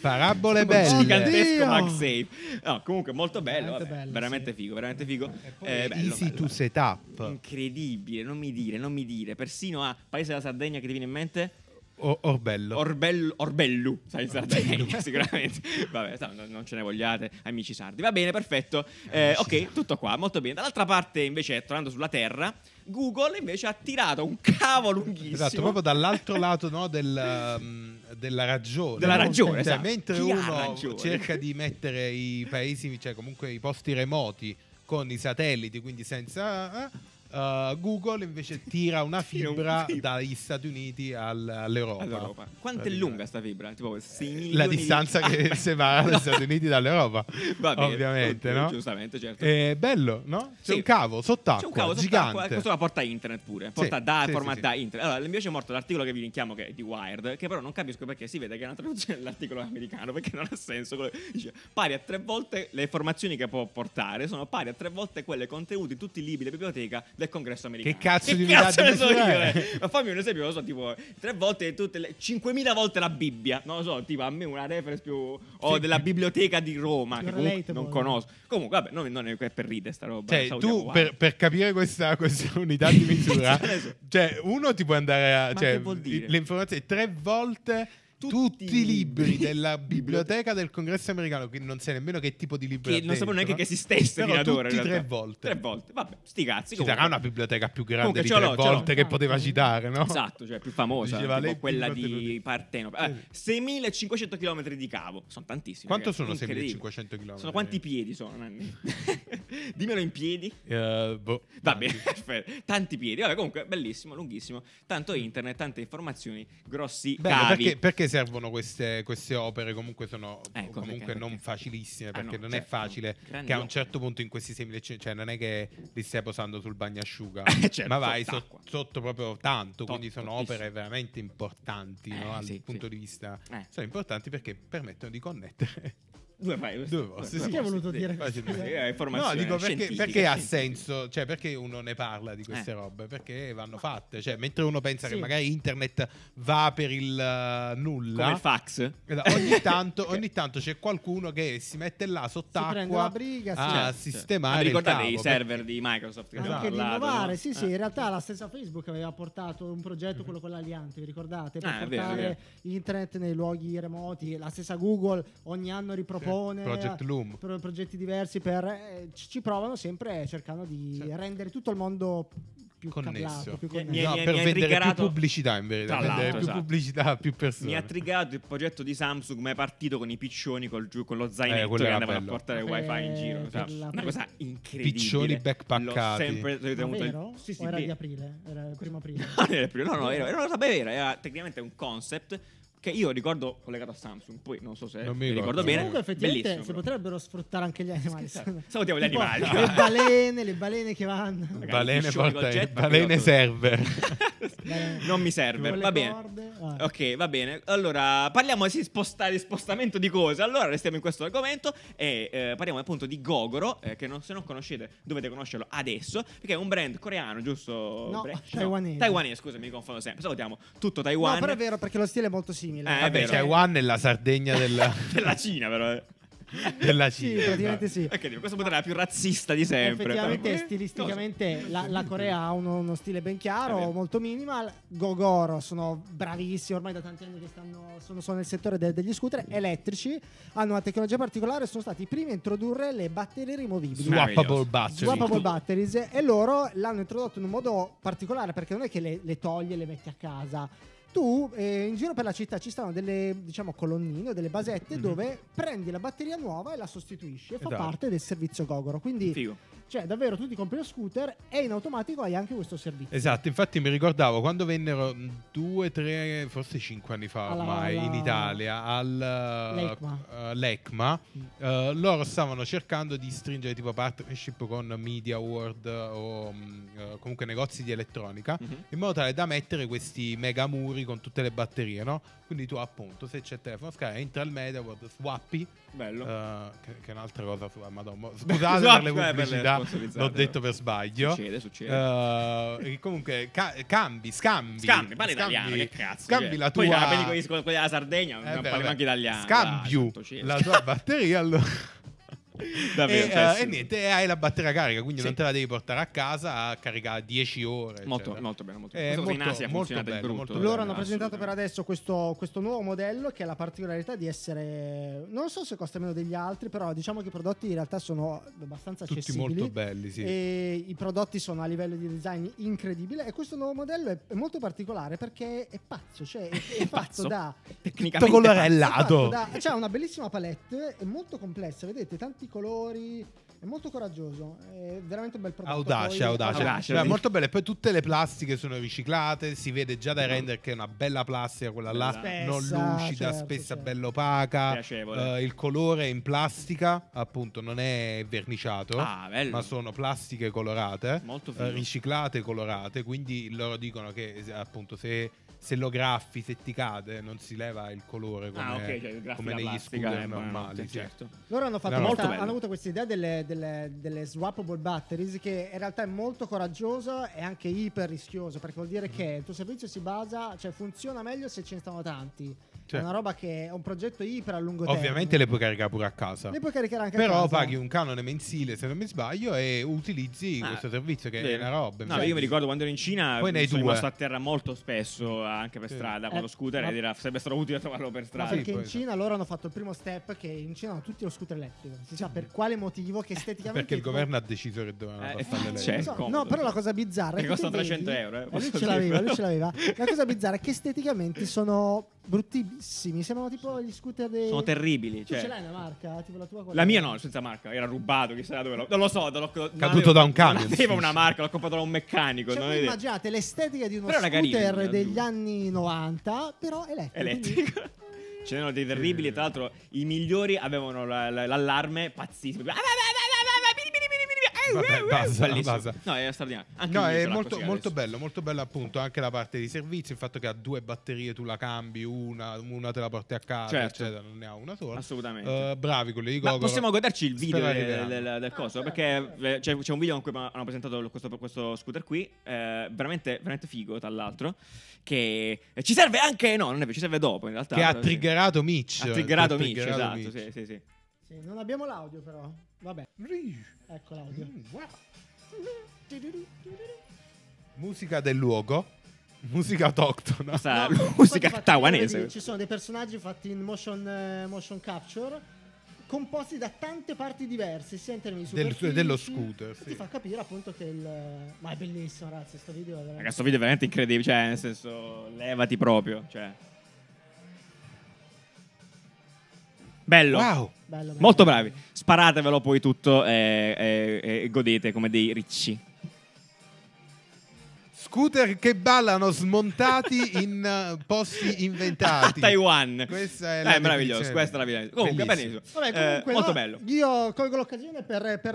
[SPEAKER 3] Parabole
[SPEAKER 4] Madonna,
[SPEAKER 2] Un
[SPEAKER 3] belle. Eh,
[SPEAKER 4] gigante-
[SPEAKER 2] gigantesco
[SPEAKER 4] Dio!
[SPEAKER 2] MagSafe. No, comunque molto bello,
[SPEAKER 4] Veramente
[SPEAKER 2] vabbè,
[SPEAKER 4] bello,
[SPEAKER 2] veramente
[SPEAKER 4] sì.
[SPEAKER 2] figo, veramente figo. Eh,
[SPEAKER 3] Eh,
[SPEAKER 2] bello,
[SPEAKER 3] Easy
[SPEAKER 2] bello, Mm.
[SPEAKER 3] to
[SPEAKER 2] bello.
[SPEAKER 3] set up.
[SPEAKER 2] Incredibile, non mi dire, non mi dire. Persino a Paese della Sardegna che ti viene in mente?
[SPEAKER 3] O- Orbello.
[SPEAKER 2] Orbello, Orbellu, sai in Sardegna sicuramente. Vabbè, no, no, non ce ne vogliate, amici sardi. Va bene, perfetto. Eh, ok, tutto qua, molto bene. Dall'altra parte invece, tornando sulla Terra, Google invece ha tirato un cavo lunghissimo.
[SPEAKER 3] Esatto, proprio dall'altro lato no, del, um, della ragione.
[SPEAKER 2] Della
[SPEAKER 3] no?
[SPEAKER 2] ragione,
[SPEAKER 3] Cioè,
[SPEAKER 2] esatto.
[SPEAKER 3] Mentre
[SPEAKER 2] Chi ha
[SPEAKER 3] uno
[SPEAKER 2] ragione?
[SPEAKER 3] cerca di mettere i paesi, cioè comunque i posti remoti con i satelliti, quindi senza... eh, eh, Google invece tira una
[SPEAKER 2] Tira un
[SPEAKER 3] fibra
[SPEAKER 2] fibra.
[SPEAKER 3] dagli Stati Uniti al- all'Europa.
[SPEAKER 2] All'Europa. Quanto è
[SPEAKER 3] Praticamente. Eh,
[SPEAKER 2] lunga sta fibra? Tipo 6 milioni
[SPEAKER 3] La
[SPEAKER 2] di-
[SPEAKER 3] distanza
[SPEAKER 2] Ah,
[SPEAKER 3] che
[SPEAKER 2] beh.
[SPEAKER 3] separa gli Stati Uniti dall'Europa.
[SPEAKER 2] Va bene,
[SPEAKER 3] ovviamente,
[SPEAKER 2] oddio,
[SPEAKER 3] no?
[SPEAKER 2] giustamente, certo.
[SPEAKER 3] È bello, no?
[SPEAKER 2] Sì.
[SPEAKER 3] C'è un cavo sott'acqua,
[SPEAKER 2] C'è un cavo
[SPEAKER 3] gigante.
[SPEAKER 2] sott'acqua, e questo la porta internet pure, porta
[SPEAKER 3] Sì,
[SPEAKER 2] da
[SPEAKER 3] sì,
[SPEAKER 2] format
[SPEAKER 3] sì, sì.
[SPEAKER 2] da internet. Allora, invece è morto l'articolo che vi linkiamo che è di Wired, che però non capisco perché si vede che è una traduzione dell'articolo americano, perché non ha senso quello che dice pari a tre volte le informazioni che può portare sono pari a tre volte quelle contenute in tutti i libri della biblioteca del congresso americano.
[SPEAKER 3] Che cazzo di
[SPEAKER 2] che
[SPEAKER 3] unità
[SPEAKER 2] cazzo
[SPEAKER 3] di
[SPEAKER 2] ne so io?
[SPEAKER 3] misura è?
[SPEAKER 2] eh? Ma fammi un esempio, non lo so, tipo tre volte tutte le 5.000 volte la Bibbia, non lo so, tipo a me una reference più o
[SPEAKER 3] Sì.
[SPEAKER 2] della biblioteca di Roma
[SPEAKER 4] Più
[SPEAKER 2] che comunque
[SPEAKER 4] relatable.
[SPEAKER 2] non conosco. Comunque vabbè, non, non è è per ridere sta roba.
[SPEAKER 3] Cioè,
[SPEAKER 2] salutiamo
[SPEAKER 3] tu
[SPEAKER 2] Wow.
[SPEAKER 3] per, per capire questa, questa unità di misura,
[SPEAKER 2] Adesso-
[SPEAKER 3] cioè, uno ti può andare a.
[SPEAKER 2] Ma
[SPEAKER 3] cioè,
[SPEAKER 2] che vuol dire?
[SPEAKER 3] Le informazioni tre volte.
[SPEAKER 2] Tutti
[SPEAKER 3] Tutti,
[SPEAKER 2] i
[SPEAKER 3] i libri
[SPEAKER 2] libri.
[SPEAKER 3] della biblioteca del congresso americano, quindi non sai nemmeno che tipo di libro.
[SPEAKER 2] che non sapevo neanche che esistesse
[SPEAKER 3] Però
[SPEAKER 2] Mirador, in
[SPEAKER 3] tutti
[SPEAKER 2] realtà.
[SPEAKER 3] tre volte.
[SPEAKER 2] Tre volte. Vabbè, sti cazzi.
[SPEAKER 3] Ci
[SPEAKER 2] comunque.
[SPEAKER 3] sarà una biblioteca più grande
[SPEAKER 2] Comunque,
[SPEAKER 3] di
[SPEAKER 2] ce
[SPEAKER 3] tre
[SPEAKER 2] l'ho, ce l'ho.
[SPEAKER 3] volte che poteva citare, no?
[SPEAKER 2] Esatto, cioè più famosa,
[SPEAKER 3] Diceva
[SPEAKER 2] tipo
[SPEAKER 3] lei più
[SPEAKER 2] quella di
[SPEAKER 3] contenuti.
[SPEAKER 2] Partenope. Eh,
[SPEAKER 3] Sì.
[SPEAKER 2] 6500 km di cavo, sono tantissimi.
[SPEAKER 3] Quanto
[SPEAKER 2] ragazzi,
[SPEAKER 3] sono
[SPEAKER 2] incredibile.
[SPEAKER 3] 6500 chilometri?
[SPEAKER 2] Sono quanti piedi sono, Nanni? Dimmelo in piedi.
[SPEAKER 3] Eh, boh.
[SPEAKER 2] Va bene, perfetto. tanti piedi. Vabbè, comunque bellissimo, lunghissimo, tanto internet, tante informazioni, grossi
[SPEAKER 3] Bello,
[SPEAKER 2] cavi.
[SPEAKER 3] perché, perché servono queste, queste opere? Comunque sono
[SPEAKER 2] Ecco,
[SPEAKER 3] comunque
[SPEAKER 2] perché-
[SPEAKER 3] non
[SPEAKER 2] perché-
[SPEAKER 3] facilissime,
[SPEAKER 2] Ah,
[SPEAKER 3] perché
[SPEAKER 2] no,
[SPEAKER 3] non è
[SPEAKER 2] certo,
[SPEAKER 3] facile
[SPEAKER 2] grandi
[SPEAKER 3] che a un
[SPEAKER 2] opere.
[SPEAKER 3] certo punto in questi 6000, cioè non è che li stai posando sul bagnasciuga,
[SPEAKER 2] Eh, certo,
[SPEAKER 3] ma vai so-
[SPEAKER 2] sott'acqua.
[SPEAKER 3] sotto proprio tanto,
[SPEAKER 2] Tot-
[SPEAKER 3] quindi sono
[SPEAKER 2] tantissimo.
[SPEAKER 3] opere veramente importanti
[SPEAKER 2] Eh,
[SPEAKER 3] no, dal
[SPEAKER 2] sì,
[SPEAKER 3] punto
[SPEAKER 2] sì.
[SPEAKER 3] di vista...
[SPEAKER 2] Eh.
[SPEAKER 3] Sono importanti perché permettono di connettere.
[SPEAKER 2] Due vai,
[SPEAKER 3] Due posti, sì.
[SPEAKER 4] Chi ha voluto dire
[SPEAKER 3] facilmente.
[SPEAKER 2] Sì, è informazione
[SPEAKER 3] Eh. no, dico perché,
[SPEAKER 2] scientifica,
[SPEAKER 3] perché ha
[SPEAKER 2] scientifica.
[SPEAKER 3] senso, cioè perché uno ne parla di queste
[SPEAKER 2] Eh.
[SPEAKER 3] robe? Perché vanno fatte, cioè mentre uno pensa
[SPEAKER 4] Sì.
[SPEAKER 3] che magari internet va per il eh, nulla...
[SPEAKER 2] Come il fax? Certo,
[SPEAKER 3] Allora, Esatto, Ogni tanto, ogni tanto c'è qualcuno che si mette là
[SPEAKER 4] prende la
[SPEAKER 3] sott'acqua
[SPEAKER 4] briga, sì.
[SPEAKER 3] a
[SPEAKER 2] Certo,
[SPEAKER 3] sistemare
[SPEAKER 2] certo.
[SPEAKER 3] il
[SPEAKER 2] ricordate i
[SPEAKER 3] cavo, Esatto.
[SPEAKER 2] server di Microsoft che abbiamo
[SPEAKER 4] Anche di
[SPEAKER 2] parlato,
[SPEAKER 4] innovare,
[SPEAKER 2] no?
[SPEAKER 4] sì, sì,
[SPEAKER 2] Eh.
[SPEAKER 4] in realtà la stessa Facebook aveva portato un progetto, quello con l'Aliante, vi ricordate? Per
[SPEAKER 2] Ah, è
[SPEAKER 4] portare
[SPEAKER 2] vero, è
[SPEAKER 4] internet nei luoghi remoti, la stessa Google ogni anno ripropone
[SPEAKER 3] Project
[SPEAKER 4] eh,
[SPEAKER 3] Loom.
[SPEAKER 4] pro- progetti diversi per, eh, ci ci provano sempre cercando di
[SPEAKER 3] Sì.
[SPEAKER 4] rendere tutto il mondo più
[SPEAKER 3] Connesso.
[SPEAKER 4] cablato, più
[SPEAKER 2] Mi- mi-
[SPEAKER 4] connesso.
[SPEAKER 3] No,
[SPEAKER 2] mi-
[SPEAKER 3] per
[SPEAKER 2] mi ha
[SPEAKER 3] vendere
[SPEAKER 2] intriggerato-
[SPEAKER 3] più pubblicità in verità,
[SPEAKER 2] Tra
[SPEAKER 3] vendere
[SPEAKER 2] l'altro,
[SPEAKER 3] più
[SPEAKER 2] esatto.
[SPEAKER 3] pubblicità a più persone.
[SPEAKER 2] Mi ha trigato il progetto di Samsung, ma è partito con i piccioni col giu- con lo
[SPEAKER 3] Eh,
[SPEAKER 2] zainetto
[SPEAKER 3] quello
[SPEAKER 2] che
[SPEAKER 3] era
[SPEAKER 2] andavano
[SPEAKER 3] bello.
[SPEAKER 2] a portare il
[SPEAKER 4] Eh,
[SPEAKER 2] wifi in giro.
[SPEAKER 4] per
[SPEAKER 2] cioè,
[SPEAKER 4] la-
[SPEAKER 2] una cosa incredibile.
[SPEAKER 3] Piccioni backpackati.
[SPEAKER 2] L'ho sempre
[SPEAKER 4] Ma
[SPEAKER 2] tenuto il-
[SPEAKER 4] Ah, vero?
[SPEAKER 2] Sì, sì,
[SPEAKER 4] o era
[SPEAKER 2] vero.
[SPEAKER 4] di aprile? Era il primo aprile.
[SPEAKER 2] No, non era più- no, no, era, era una roba vera, era tecnicamente un concept che io ricordo collegato a Samsung, poi non so se
[SPEAKER 3] Non mi
[SPEAKER 2] mi ricordo
[SPEAKER 3] ricordo.
[SPEAKER 2] bene.
[SPEAKER 4] Comunque, effettivamente,
[SPEAKER 2] Bellissimo,
[SPEAKER 4] si
[SPEAKER 2] però.
[SPEAKER 4] potrebbero sfruttare anche gli animali.
[SPEAKER 2] Salutiamo gli
[SPEAKER 4] Tipo,
[SPEAKER 2] animali.
[SPEAKER 4] Le balene, le balene che vanno.
[SPEAKER 2] Magari
[SPEAKER 3] Balene,
[SPEAKER 2] piccioni
[SPEAKER 3] porta-
[SPEAKER 2] col jetpack,
[SPEAKER 3] balene
[SPEAKER 2] esatto.
[SPEAKER 3] server.
[SPEAKER 2] non mi
[SPEAKER 4] Con
[SPEAKER 2] serve,
[SPEAKER 4] le
[SPEAKER 2] va bene.
[SPEAKER 4] corde, ah.
[SPEAKER 2] Ok, va bene. Allora, parliamo di, sposta- di spostamento di cose. Allora, restiamo in questo argomento e eh, parliamo appunto di Gogoro, eh, che non- se non conoscete dovete conoscerlo adesso, perché è un brand coreano, giusto?
[SPEAKER 4] No,
[SPEAKER 2] Bre-
[SPEAKER 4] taiwanese.
[SPEAKER 2] Taiwanese, scusa, mi confondo sempre. Salutiamo tutto
[SPEAKER 4] No,
[SPEAKER 2] Taiwan.
[SPEAKER 4] però è vero perché lo stile è molto simile.
[SPEAKER 2] Eh, è
[SPEAKER 3] Vabbè,
[SPEAKER 2] vero.
[SPEAKER 3] cioè, One è la Sardegna della,
[SPEAKER 2] della Cina, però. eh.
[SPEAKER 3] della
[SPEAKER 4] Sì,
[SPEAKER 3] Cina.
[SPEAKER 4] praticamente sì.
[SPEAKER 2] Ok, dico, questa potrebbe la più razzista di sempre.
[SPEAKER 4] Effettivamente,
[SPEAKER 2] Vabbè.
[SPEAKER 4] stilisticamente, la, la Corea ha uno, uno stile ben
[SPEAKER 2] È
[SPEAKER 4] chiaro,
[SPEAKER 2] vero.
[SPEAKER 4] molto minimal. Gogoro sono bravissimi, ormai da tanti anni che stanno, sono, sono nel settore de- degli scooter elettrici. Hanno una tecnologia particolare, sono stati i primi a introdurre le batterie rimovibili.
[SPEAKER 3] Swappable battery.
[SPEAKER 4] Swappable batteries e loro l'hanno introdotto in un modo particolare perché non è che le, le togli e le metti a casa. Tu eh, in giro per la città ci stanno delle diciamo colonnine, o delle basette
[SPEAKER 3] Mhm.
[SPEAKER 4] dove prendi la batteria nuova e la sostituisci e fa
[SPEAKER 3] Esatto.
[SPEAKER 4] parte del servizio Gogoro. Quindi
[SPEAKER 2] Figo.
[SPEAKER 4] cioè davvero tu ti compri lo scooter e in automatico hai anche questo servizio.
[SPEAKER 3] Esatto, infatti mi ricordavo quando vennero mh, due, tre, forse cinque anni fa
[SPEAKER 4] Alla-
[SPEAKER 3] ormai
[SPEAKER 4] alla-
[SPEAKER 3] in Italia al
[SPEAKER 4] L'ECMA.
[SPEAKER 3] eh, l'ECMA,
[SPEAKER 4] Mm.
[SPEAKER 3] eh, loro stavano cercando di stringere tipo partnership con Media World eh, o mh, eh, comunque negozi di elettronica
[SPEAKER 2] Mhm.
[SPEAKER 3] in modo tale da mettere questi mega muri con tutte le batterie, no? Quindi tu appunto se c'è il telefono Sky entra al Media World, swappi,
[SPEAKER 2] Bello.
[SPEAKER 3] eh, che, che è un'altra cosa, su- eh, madonna, scusate
[SPEAKER 2] Swap,
[SPEAKER 3] per le
[SPEAKER 2] eh, per le
[SPEAKER 3] pubblicità, l'ho
[SPEAKER 2] sponsorizzate.
[SPEAKER 3] detto per sbaglio.
[SPEAKER 2] Succede, succede.
[SPEAKER 3] Eh, e comunque ca- cambi, scambi.
[SPEAKER 2] Scambi, parla italiano, che cazzo.
[SPEAKER 3] Scambi
[SPEAKER 2] cioè.
[SPEAKER 3] la
[SPEAKER 2] Poi
[SPEAKER 3] tua...
[SPEAKER 2] la vedi con i- con quella della Sardegna, non
[SPEAKER 3] Eh, beh,
[SPEAKER 2] parliamo
[SPEAKER 3] beh.
[SPEAKER 2] anche italiano.
[SPEAKER 3] Scambiu
[SPEAKER 2] dai, santo
[SPEAKER 3] la
[SPEAKER 2] cielo.
[SPEAKER 3] tua batteria allora.
[SPEAKER 2] Davvero,
[SPEAKER 3] e,
[SPEAKER 2] cioè,
[SPEAKER 3] eh,
[SPEAKER 2] sì.
[SPEAKER 3] e niente, e hai la batteria carica, quindi
[SPEAKER 2] Sì.
[SPEAKER 3] non te la devi portare a casa a caricare 10 ore.
[SPEAKER 2] Molto,
[SPEAKER 3] eccetera.
[SPEAKER 2] molto bene, molto
[SPEAKER 3] Eh,
[SPEAKER 2] bene. Questa cosa in
[SPEAKER 3] molto-
[SPEAKER 2] Asia ha
[SPEAKER 3] molto
[SPEAKER 2] funzionato in
[SPEAKER 3] bello,
[SPEAKER 2] brutto. eh.
[SPEAKER 3] molto
[SPEAKER 4] Loro
[SPEAKER 3] bello.
[SPEAKER 4] hanno presentato per
[SPEAKER 2] assolutamente.
[SPEAKER 4] adesso questo, questo nuovo modello che ha la particolarità di essere, non so se costa meno degli altri, però diciamo che i prodotti in realtà sono abbastanza
[SPEAKER 3] Tutti
[SPEAKER 4] accessibili.
[SPEAKER 3] molto belli, sì.
[SPEAKER 4] E i prodotti sono a livello di design incredibile e questo nuovo modello è è molto particolare perché è pazzo, cioè è, è
[SPEAKER 2] Pazzo.
[SPEAKER 4] fatto da
[SPEAKER 3] Tutto
[SPEAKER 2] Tecnicamente
[SPEAKER 3] colorellato.
[SPEAKER 4] c'è una bellissima palette, è molto complessa, vedete, tanti colori, è molto coraggioso, è veramente un bel prodotto.
[SPEAKER 3] Audace,
[SPEAKER 4] Poi-
[SPEAKER 3] audace.
[SPEAKER 2] Audace,
[SPEAKER 3] Cioè,
[SPEAKER 2] sì.
[SPEAKER 3] molto belle. Poi tutte le plastiche sono riciclate. Si vede già dai render che è una bella plastica, quella là
[SPEAKER 4] Bella.
[SPEAKER 3] non
[SPEAKER 4] Spessa,
[SPEAKER 3] lucida,
[SPEAKER 4] certo,
[SPEAKER 3] spessa,
[SPEAKER 4] certo.
[SPEAKER 3] bella opaca.
[SPEAKER 2] Piacevole.
[SPEAKER 3] Eh, il colore è in plastica, appunto, non è verniciato,
[SPEAKER 2] Ah, bello.
[SPEAKER 3] ma sono plastiche colorate,
[SPEAKER 2] Molto
[SPEAKER 3] eh,
[SPEAKER 2] figo.
[SPEAKER 3] riciclate, colorate. Quindi loro dicono che, eh, appunto, se se lo graffi, se ti cade, non si leva il colore come,
[SPEAKER 2] ah, ok, cioè, grazie
[SPEAKER 3] come
[SPEAKER 2] alla
[SPEAKER 3] negli
[SPEAKER 2] plastica,
[SPEAKER 3] scooter
[SPEAKER 2] eh, buonanotte,
[SPEAKER 3] normali. cioè. sì.
[SPEAKER 2] certo.
[SPEAKER 4] Loro hanno, fatto
[SPEAKER 3] No, no.
[SPEAKER 4] questa-
[SPEAKER 2] Molto bello.
[SPEAKER 4] hanno avuto questa idea delle, delle, delle swappable batteries che in realtà è molto coraggiosa e anche iper rischioso perché vuol dire che il tuo servizio si basa, cioè funziona meglio se ce ne stanno tanti.
[SPEAKER 3] Cioè,
[SPEAKER 4] È una roba che è un progetto iper a lungo termine.
[SPEAKER 3] ovviamente le puoi caricare pure a casa.
[SPEAKER 4] Le puoi caricare anche a
[SPEAKER 3] Però
[SPEAKER 4] casa.
[SPEAKER 3] paghi un canone mensile, se non mi sbaglio, e utilizzi
[SPEAKER 2] Ah,
[SPEAKER 3] questo servizio che
[SPEAKER 2] Bene.
[SPEAKER 3] è una roba. cioè
[SPEAKER 2] No, io mi ricordo quando ero in Cina
[SPEAKER 3] Poi ne hai
[SPEAKER 2] sono
[SPEAKER 3] due.
[SPEAKER 2] rimasto a terra molto spesso anche per
[SPEAKER 3] Sì.
[SPEAKER 2] strada
[SPEAKER 4] Eh,
[SPEAKER 2] con lo scooter
[SPEAKER 4] ma-
[SPEAKER 2] ed era sempre stato utile trovarlo per
[SPEAKER 4] Ma
[SPEAKER 2] strada.
[SPEAKER 4] perché
[SPEAKER 3] Sì,
[SPEAKER 4] in
[SPEAKER 3] poi-
[SPEAKER 4] Cina loro hanno fatto il primo step che in Cina hanno tutti lo scooter elettrico. Si sa per quale motivo che esteticamente
[SPEAKER 3] Perché il
[SPEAKER 4] tipo-
[SPEAKER 3] governo ha deciso che dovevano
[SPEAKER 2] Eh,
[SPEAKER 3] far fare le
[SPEAKER 4] Non
[SPEAKER 3] leggi.
[SPEAKER 2] c'è.
[SPEAKER 4] so,
[SPEAKER 2] comodo.
[SPEAKER 4] no, però la cosa bizzarra è
[SPEAKER 2] Che
[SPEAKER 4] tu
[SPEAKER 2] costa
[SPEAKER 4] li vedi-
[SPEAKER 2] 300 euro, eh,
[SPEAKER 4] Eh,
[SPEAKER 2] posso
[SPEAKER 4] lui ce
[SPEAKER 2] dirvelo.
[SPEAKER 4] l'aveva, lui ce l'aveva. La cosa bizzarra è che esteticamente sono bruttissimi. Sembrano tipo gli scooter dei.
[SPEAKER 2] Sono terribili.
[SPEAKER 4] Tu
[SPEAKER 2] cioè-
[SPEAKER 4] ce l'hai una marca? Tipo la tua qual
[SPEAKER 2] La
[SPEAKER 4] è?
[SPEAKER 2] mia no, senza marca, era rubato, chissà dove l'ho. Non lo so, non l'ho- non
[SPEAKER 3] Caduto
[SPEAKER 2] avevo-
[SPEAKER 3] da un camion,
[SPEAKER 2] Non aveva
[SPEAKER 3] sì,
[SPEAKER 2] una
[SPEAKER 3] sì.
[SPEAKER 2] marca, l'ho comprato da un meccanico.
[SPEAKER 4] Cioè,
[SPEAKER 2] non
[SPEAKER 4] voi
[SPEAKER 2] ho idea.
[SPEAKER 4] immaginate l'estetica di uno
[SPEAKER 2] Però era carino,
[SPEAKER 4] scooter
[SPEAKER 2] era
[SPEAKER 4] degli
[SPEAKER 2] giusto.
[SPEAKER 4] anni 90, però elettrico. quindi-
[SPEAKER 2] Elettrico. Ce n'erano dei terribili, tra l'altro i migliori avevano la- la- l'allarme pazzissimo. Ah,
[SPEAKER 3] Vabbè, basta,
[SPEAKER 2] eh, Bellissimo.
[SPEAKER 3] basta.
[SPEAKER 2] No, era straordinario. Anche
[SPEAKER 3] No,
[SPEAKER 2] lì
[SPEAKER 3] è
[SPEAKER 2] ce l'ha
[SPEAKER 3] molto,
[SPEAKER 2] così
[SPEAKER 3] molto
[SPEAKER 2] adesso.
[SPEAKER 3] bello, molto bello appunto anche la parte di servizio, il fatto che ha due batterie, tu la cambi, una, una te la porti a casa,
[SPEAKER 2] Certo.
[SPEAKER 3] eccetera, non ne ha una sola.
[SPEAKER 2] Assolutamente.
[SPEAKER 3] Eh, bravi quelli di
[SPEAKER 2] Ma
[SPEAKER 3] Gogoro.
[SPEAKER 2] possiamo goderci il video
[SPEAKER 3] Spero
[SPEAKER 2] del,
[SPEAKER 3] arriveranno.
[SPEAKER 2] del- del
[SPEAKER 4] Ah,
[SPEAKER 2] coso?
[SPEAKER 4] certo,
[SPEAKER 2] perché
[SPEAKER 4] certo.
[SPEAKER 2] eh, c'è, c'è un video in cui hanno presentato questo, questo scooter qui, eh, veramente, veramente figo, tra l'altro. Che eh, ci serve anche, no, non è vero, ci serve dopo in realtà.
[SPEAKER 3] Che ha
[SPEAKER 2] però sì.
[SPEAKER 3] triggerato Mitch.
[SPEAKER 2] Ha triggerato
[SPEAKER 3] Che ha
[SPEAKER 2] Mitch,
[SPEAKER 3] triggerato
[SPEAKER 2] esatto. Sì,
[SPEAKER 3] Mitch.
[SPEAKER 2] sì, sì.
[SPEAKER 4] Sì, non abbiamo l'audio, però. Vabbè, ecco l'audio.
[SPEAKER 3] Mm, wow. Musica del luogo, musica autoctona.
[SPEAKER 2] Questa
[SPEAKER 4] No, infatti,
[SPEAKER 2] musica
[SPEAKER 4] infatti,
[SPEAKER 2] taiwanese.
[SPEAKER 4] vedi, Ci sono dei personaggi fatti in motion, eh, motion capture composti da tante parti diverse, sia in termini di
[SPEAKER 3] Del-
[SPEAKER 4] superfici,
[SPEAKER 3] dello scooter, sì.
[SPEAKER 4] Ti fa capire appunto che il ma è bellissimo, ragazzi, sto video è veramente
[SPEAKER 2] Ragazzi, questo video è veramente incredibile, cioè, nel senso, levati proprio, cioè. Bello.
[SPEAKER 3] Wow.
[SPEAKER 4] bello, bello.
[SPEAKER 2] Molto bravi. Sparatevelo poi tutto e, e- e godete come dei ricci.
[SPEAKER 3] Scooter che ballano smontati in eh, posti inventati.
[SPEAKER 2] A Taiwan.
[SPEAKER 3] Questa è
[SPEAKER 2] Eh,
[SPEAKER 3] la
[SPEAKER 2] meraviglioso,
[SPEAKER 3] definizione.
[SPEAKER 2] questa è la definizione. Comunque,
[SPEAKER 3] Bellissimo.
[SPEAKER 2] benissimo.
[SPEAKER 4] Vabbè,
[SPEAKER 2] Eh,
[SPEAKER 4] comunque,
[SPEAKER 2] molto
[SPEAKER 4] no,
[SPEAKER 2] bello.
[SPEAKER 4] Io colgo l'occasione per, per